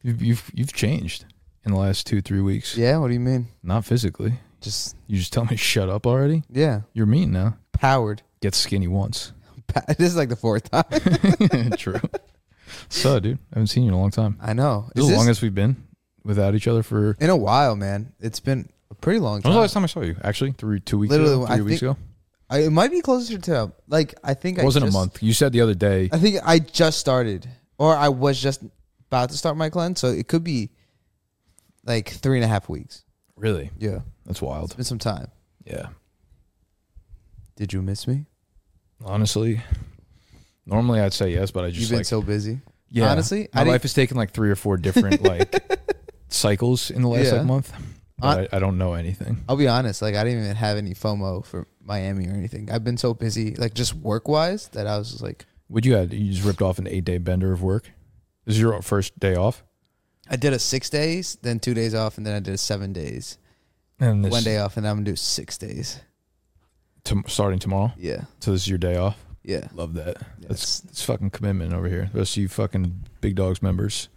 [SPEAKER 1] You've, you've you've changed in the last two three weeks.
[SPEAKER 2] Yeah. What do you mean?
[SPEAKER 1] Not physically.
[SPEAKER 2] Just
[SPEAKER 1] You just tell me to shut up already.
[SPEAKER 2] yeah.
[SPEAKER 1] You're mean now.
[SPEAKER 2] Powered.
[SPEAKER 1] Get skinny once.
[SPEAKER 2] Pa- This is like the fourth time.
[SPEAKER 1] True. so, dude, I haven't seen you in a long time.
[SPEAKER 2] I know.
[SPEAKER 1] This
[SPEAKER 2] Is
[SPEAKER 1] is the
[SPEAKER 2] this-
[SPEAKER 1] longest we've been without each other for.
[SPEAKER 2] in a while, man. It's been a pretty long
[SPEAKER 1] When was the
[SPEAKER 2] time.
[SPEAKER 1] last time I saw you? Actually, three two weeks
[SPEAKER 2] Literally,
[SPEAKER 1] ago.
[SPEAKER 2] I
[SPEAKER 1] Three weeks
[SPEAKER 2] think-
[SPEAKER 1] ago.
[SPEAKER 2] I, it might be closer to like I think
[SPEAKER 1] It wasn't
[SPEAKER 2] I just,
[SPEAKER 1] a month. You said the other day.
[SPEAKER 2] I think I just started, or I was just about to start my cleanse, so it could be like three and a half weeks.
[SPEAKER 1] Really?
[SPEAKER 2] Yeah,
[SPEAKER 1] That's
[SPEAKER 2] it's
[SPEAKER 1] wild.
[SPEAKER 2] been some time.
[SPEAKER 1] Yeah.
[SPEAKER 2] Did you miss me?
[SPEAKER 1] Honestly, normally I'd say yes, but I just
[SPEAKER 2] You've been
[SPEAKER 1] like
[SPEAKER 2] so busy.
[SPEAKER 1] yeah.
[SPEAKER 2] honestly, I
[SPEAKER 1] my
[SPEAKER 2] didn't-
[SPEAKER 1] life has taken like three or four different like cycles in the last
[SPEAKER 2] Yeah.
[SPEAKER 1] like month.
[SPEAKER 2] Hon-
[SPEAKER 1] But I, I don't know anything.
[SPEAKER 2] I'll be honest, like I didn't even have any FOMO for Miami or anything. I've been so busy, like just work wise, that I was just like,
[SPEAKER 1] Would you had you just ripped off an eight day bender of work? This is your first day off,
[SPEAKER 2] I did a six days, then two days off, and then I did a seven days,
[SPEAKER 1] and this
[SPEAKER 2] one day off, and I'm gonna do six days.
[SPEAKER 1] tom- starting tomorrow.
[SPEAKER 2] Yeah,
[SPEAKER 1] So this is your day off.
[SPEAKER 2] yeah,
[SPEAKER 1] Love that.
[SPEAKER 2] That's-
[SPEAKER 1] That's that's fucking commitment over here. The rest of you fucking big dogs members.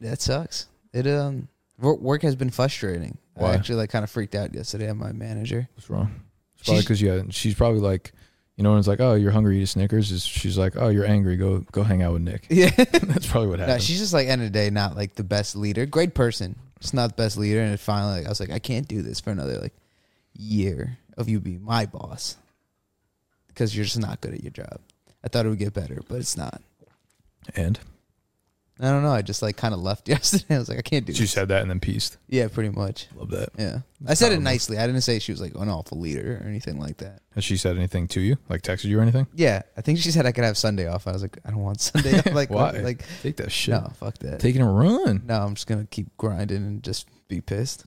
[SPEAKER 2] that sucks. It um, wor- work has been frustrating.
[SPEAKER 1] Why?
[SPEAKER 2] I actually like kind of freaked out yesterday at my manager.
[SPEAKER 1] What's wrong? It's probably
[SPEAKER 2] She's-
[SPEAKER 1] because yeah, she's probably like, you know, when it's like, oh, you're hungry, eat a Snickers. Is she's like, oh, you're angry, go go hang out with Nick.
[SPEAKER 2] Yeah.
[SPEAKER 1] That's probably what
[SPEAKER 2] No,
[SPEAKER 1] happened.
[SPEAKER 2] she's just like end of the day, not like the best leader. Great person, just not the best leader. And it finally, like, I was like, I can't do this for another like year of you being my boss because you're just not good at your job. I thought it would get better, but it's not.
[SPEAKER 1] and
[SPEAKER 2] I don't know. I just like kind of left yesterday. I was like, I can't do
[SPEAKER 1] she
[SPEAKER 2] this.
[SPEAKER 1] said Um, that and then pieced.
[SPEAKER 2] yeah, pretty much.
[SPEAKER 1] Love that.
[SPEAKER 2] Yeah, I said it
[SPEAKER 1] Probably.
[SPEAKER 2] nicely. I didn't say she was like an awful leader or anything like that.
[SPEAKER 1] Has she said anything to you? Like texted you or anything?
[SPEAKER 2] Yeah, I think she said I could have Sunday off. I was like, I don't want Sunday off. Like,
[SPEAKER 1] Why?
[SPEAKER 2] Like,
[SPEAKER 1] Take that shit.
[SPEAKER 2] no, fuck that.
[SPEAKER 1] Taking a run.
[SPEAKER 2] no, I'm just gonna keep grinding and just be pissed.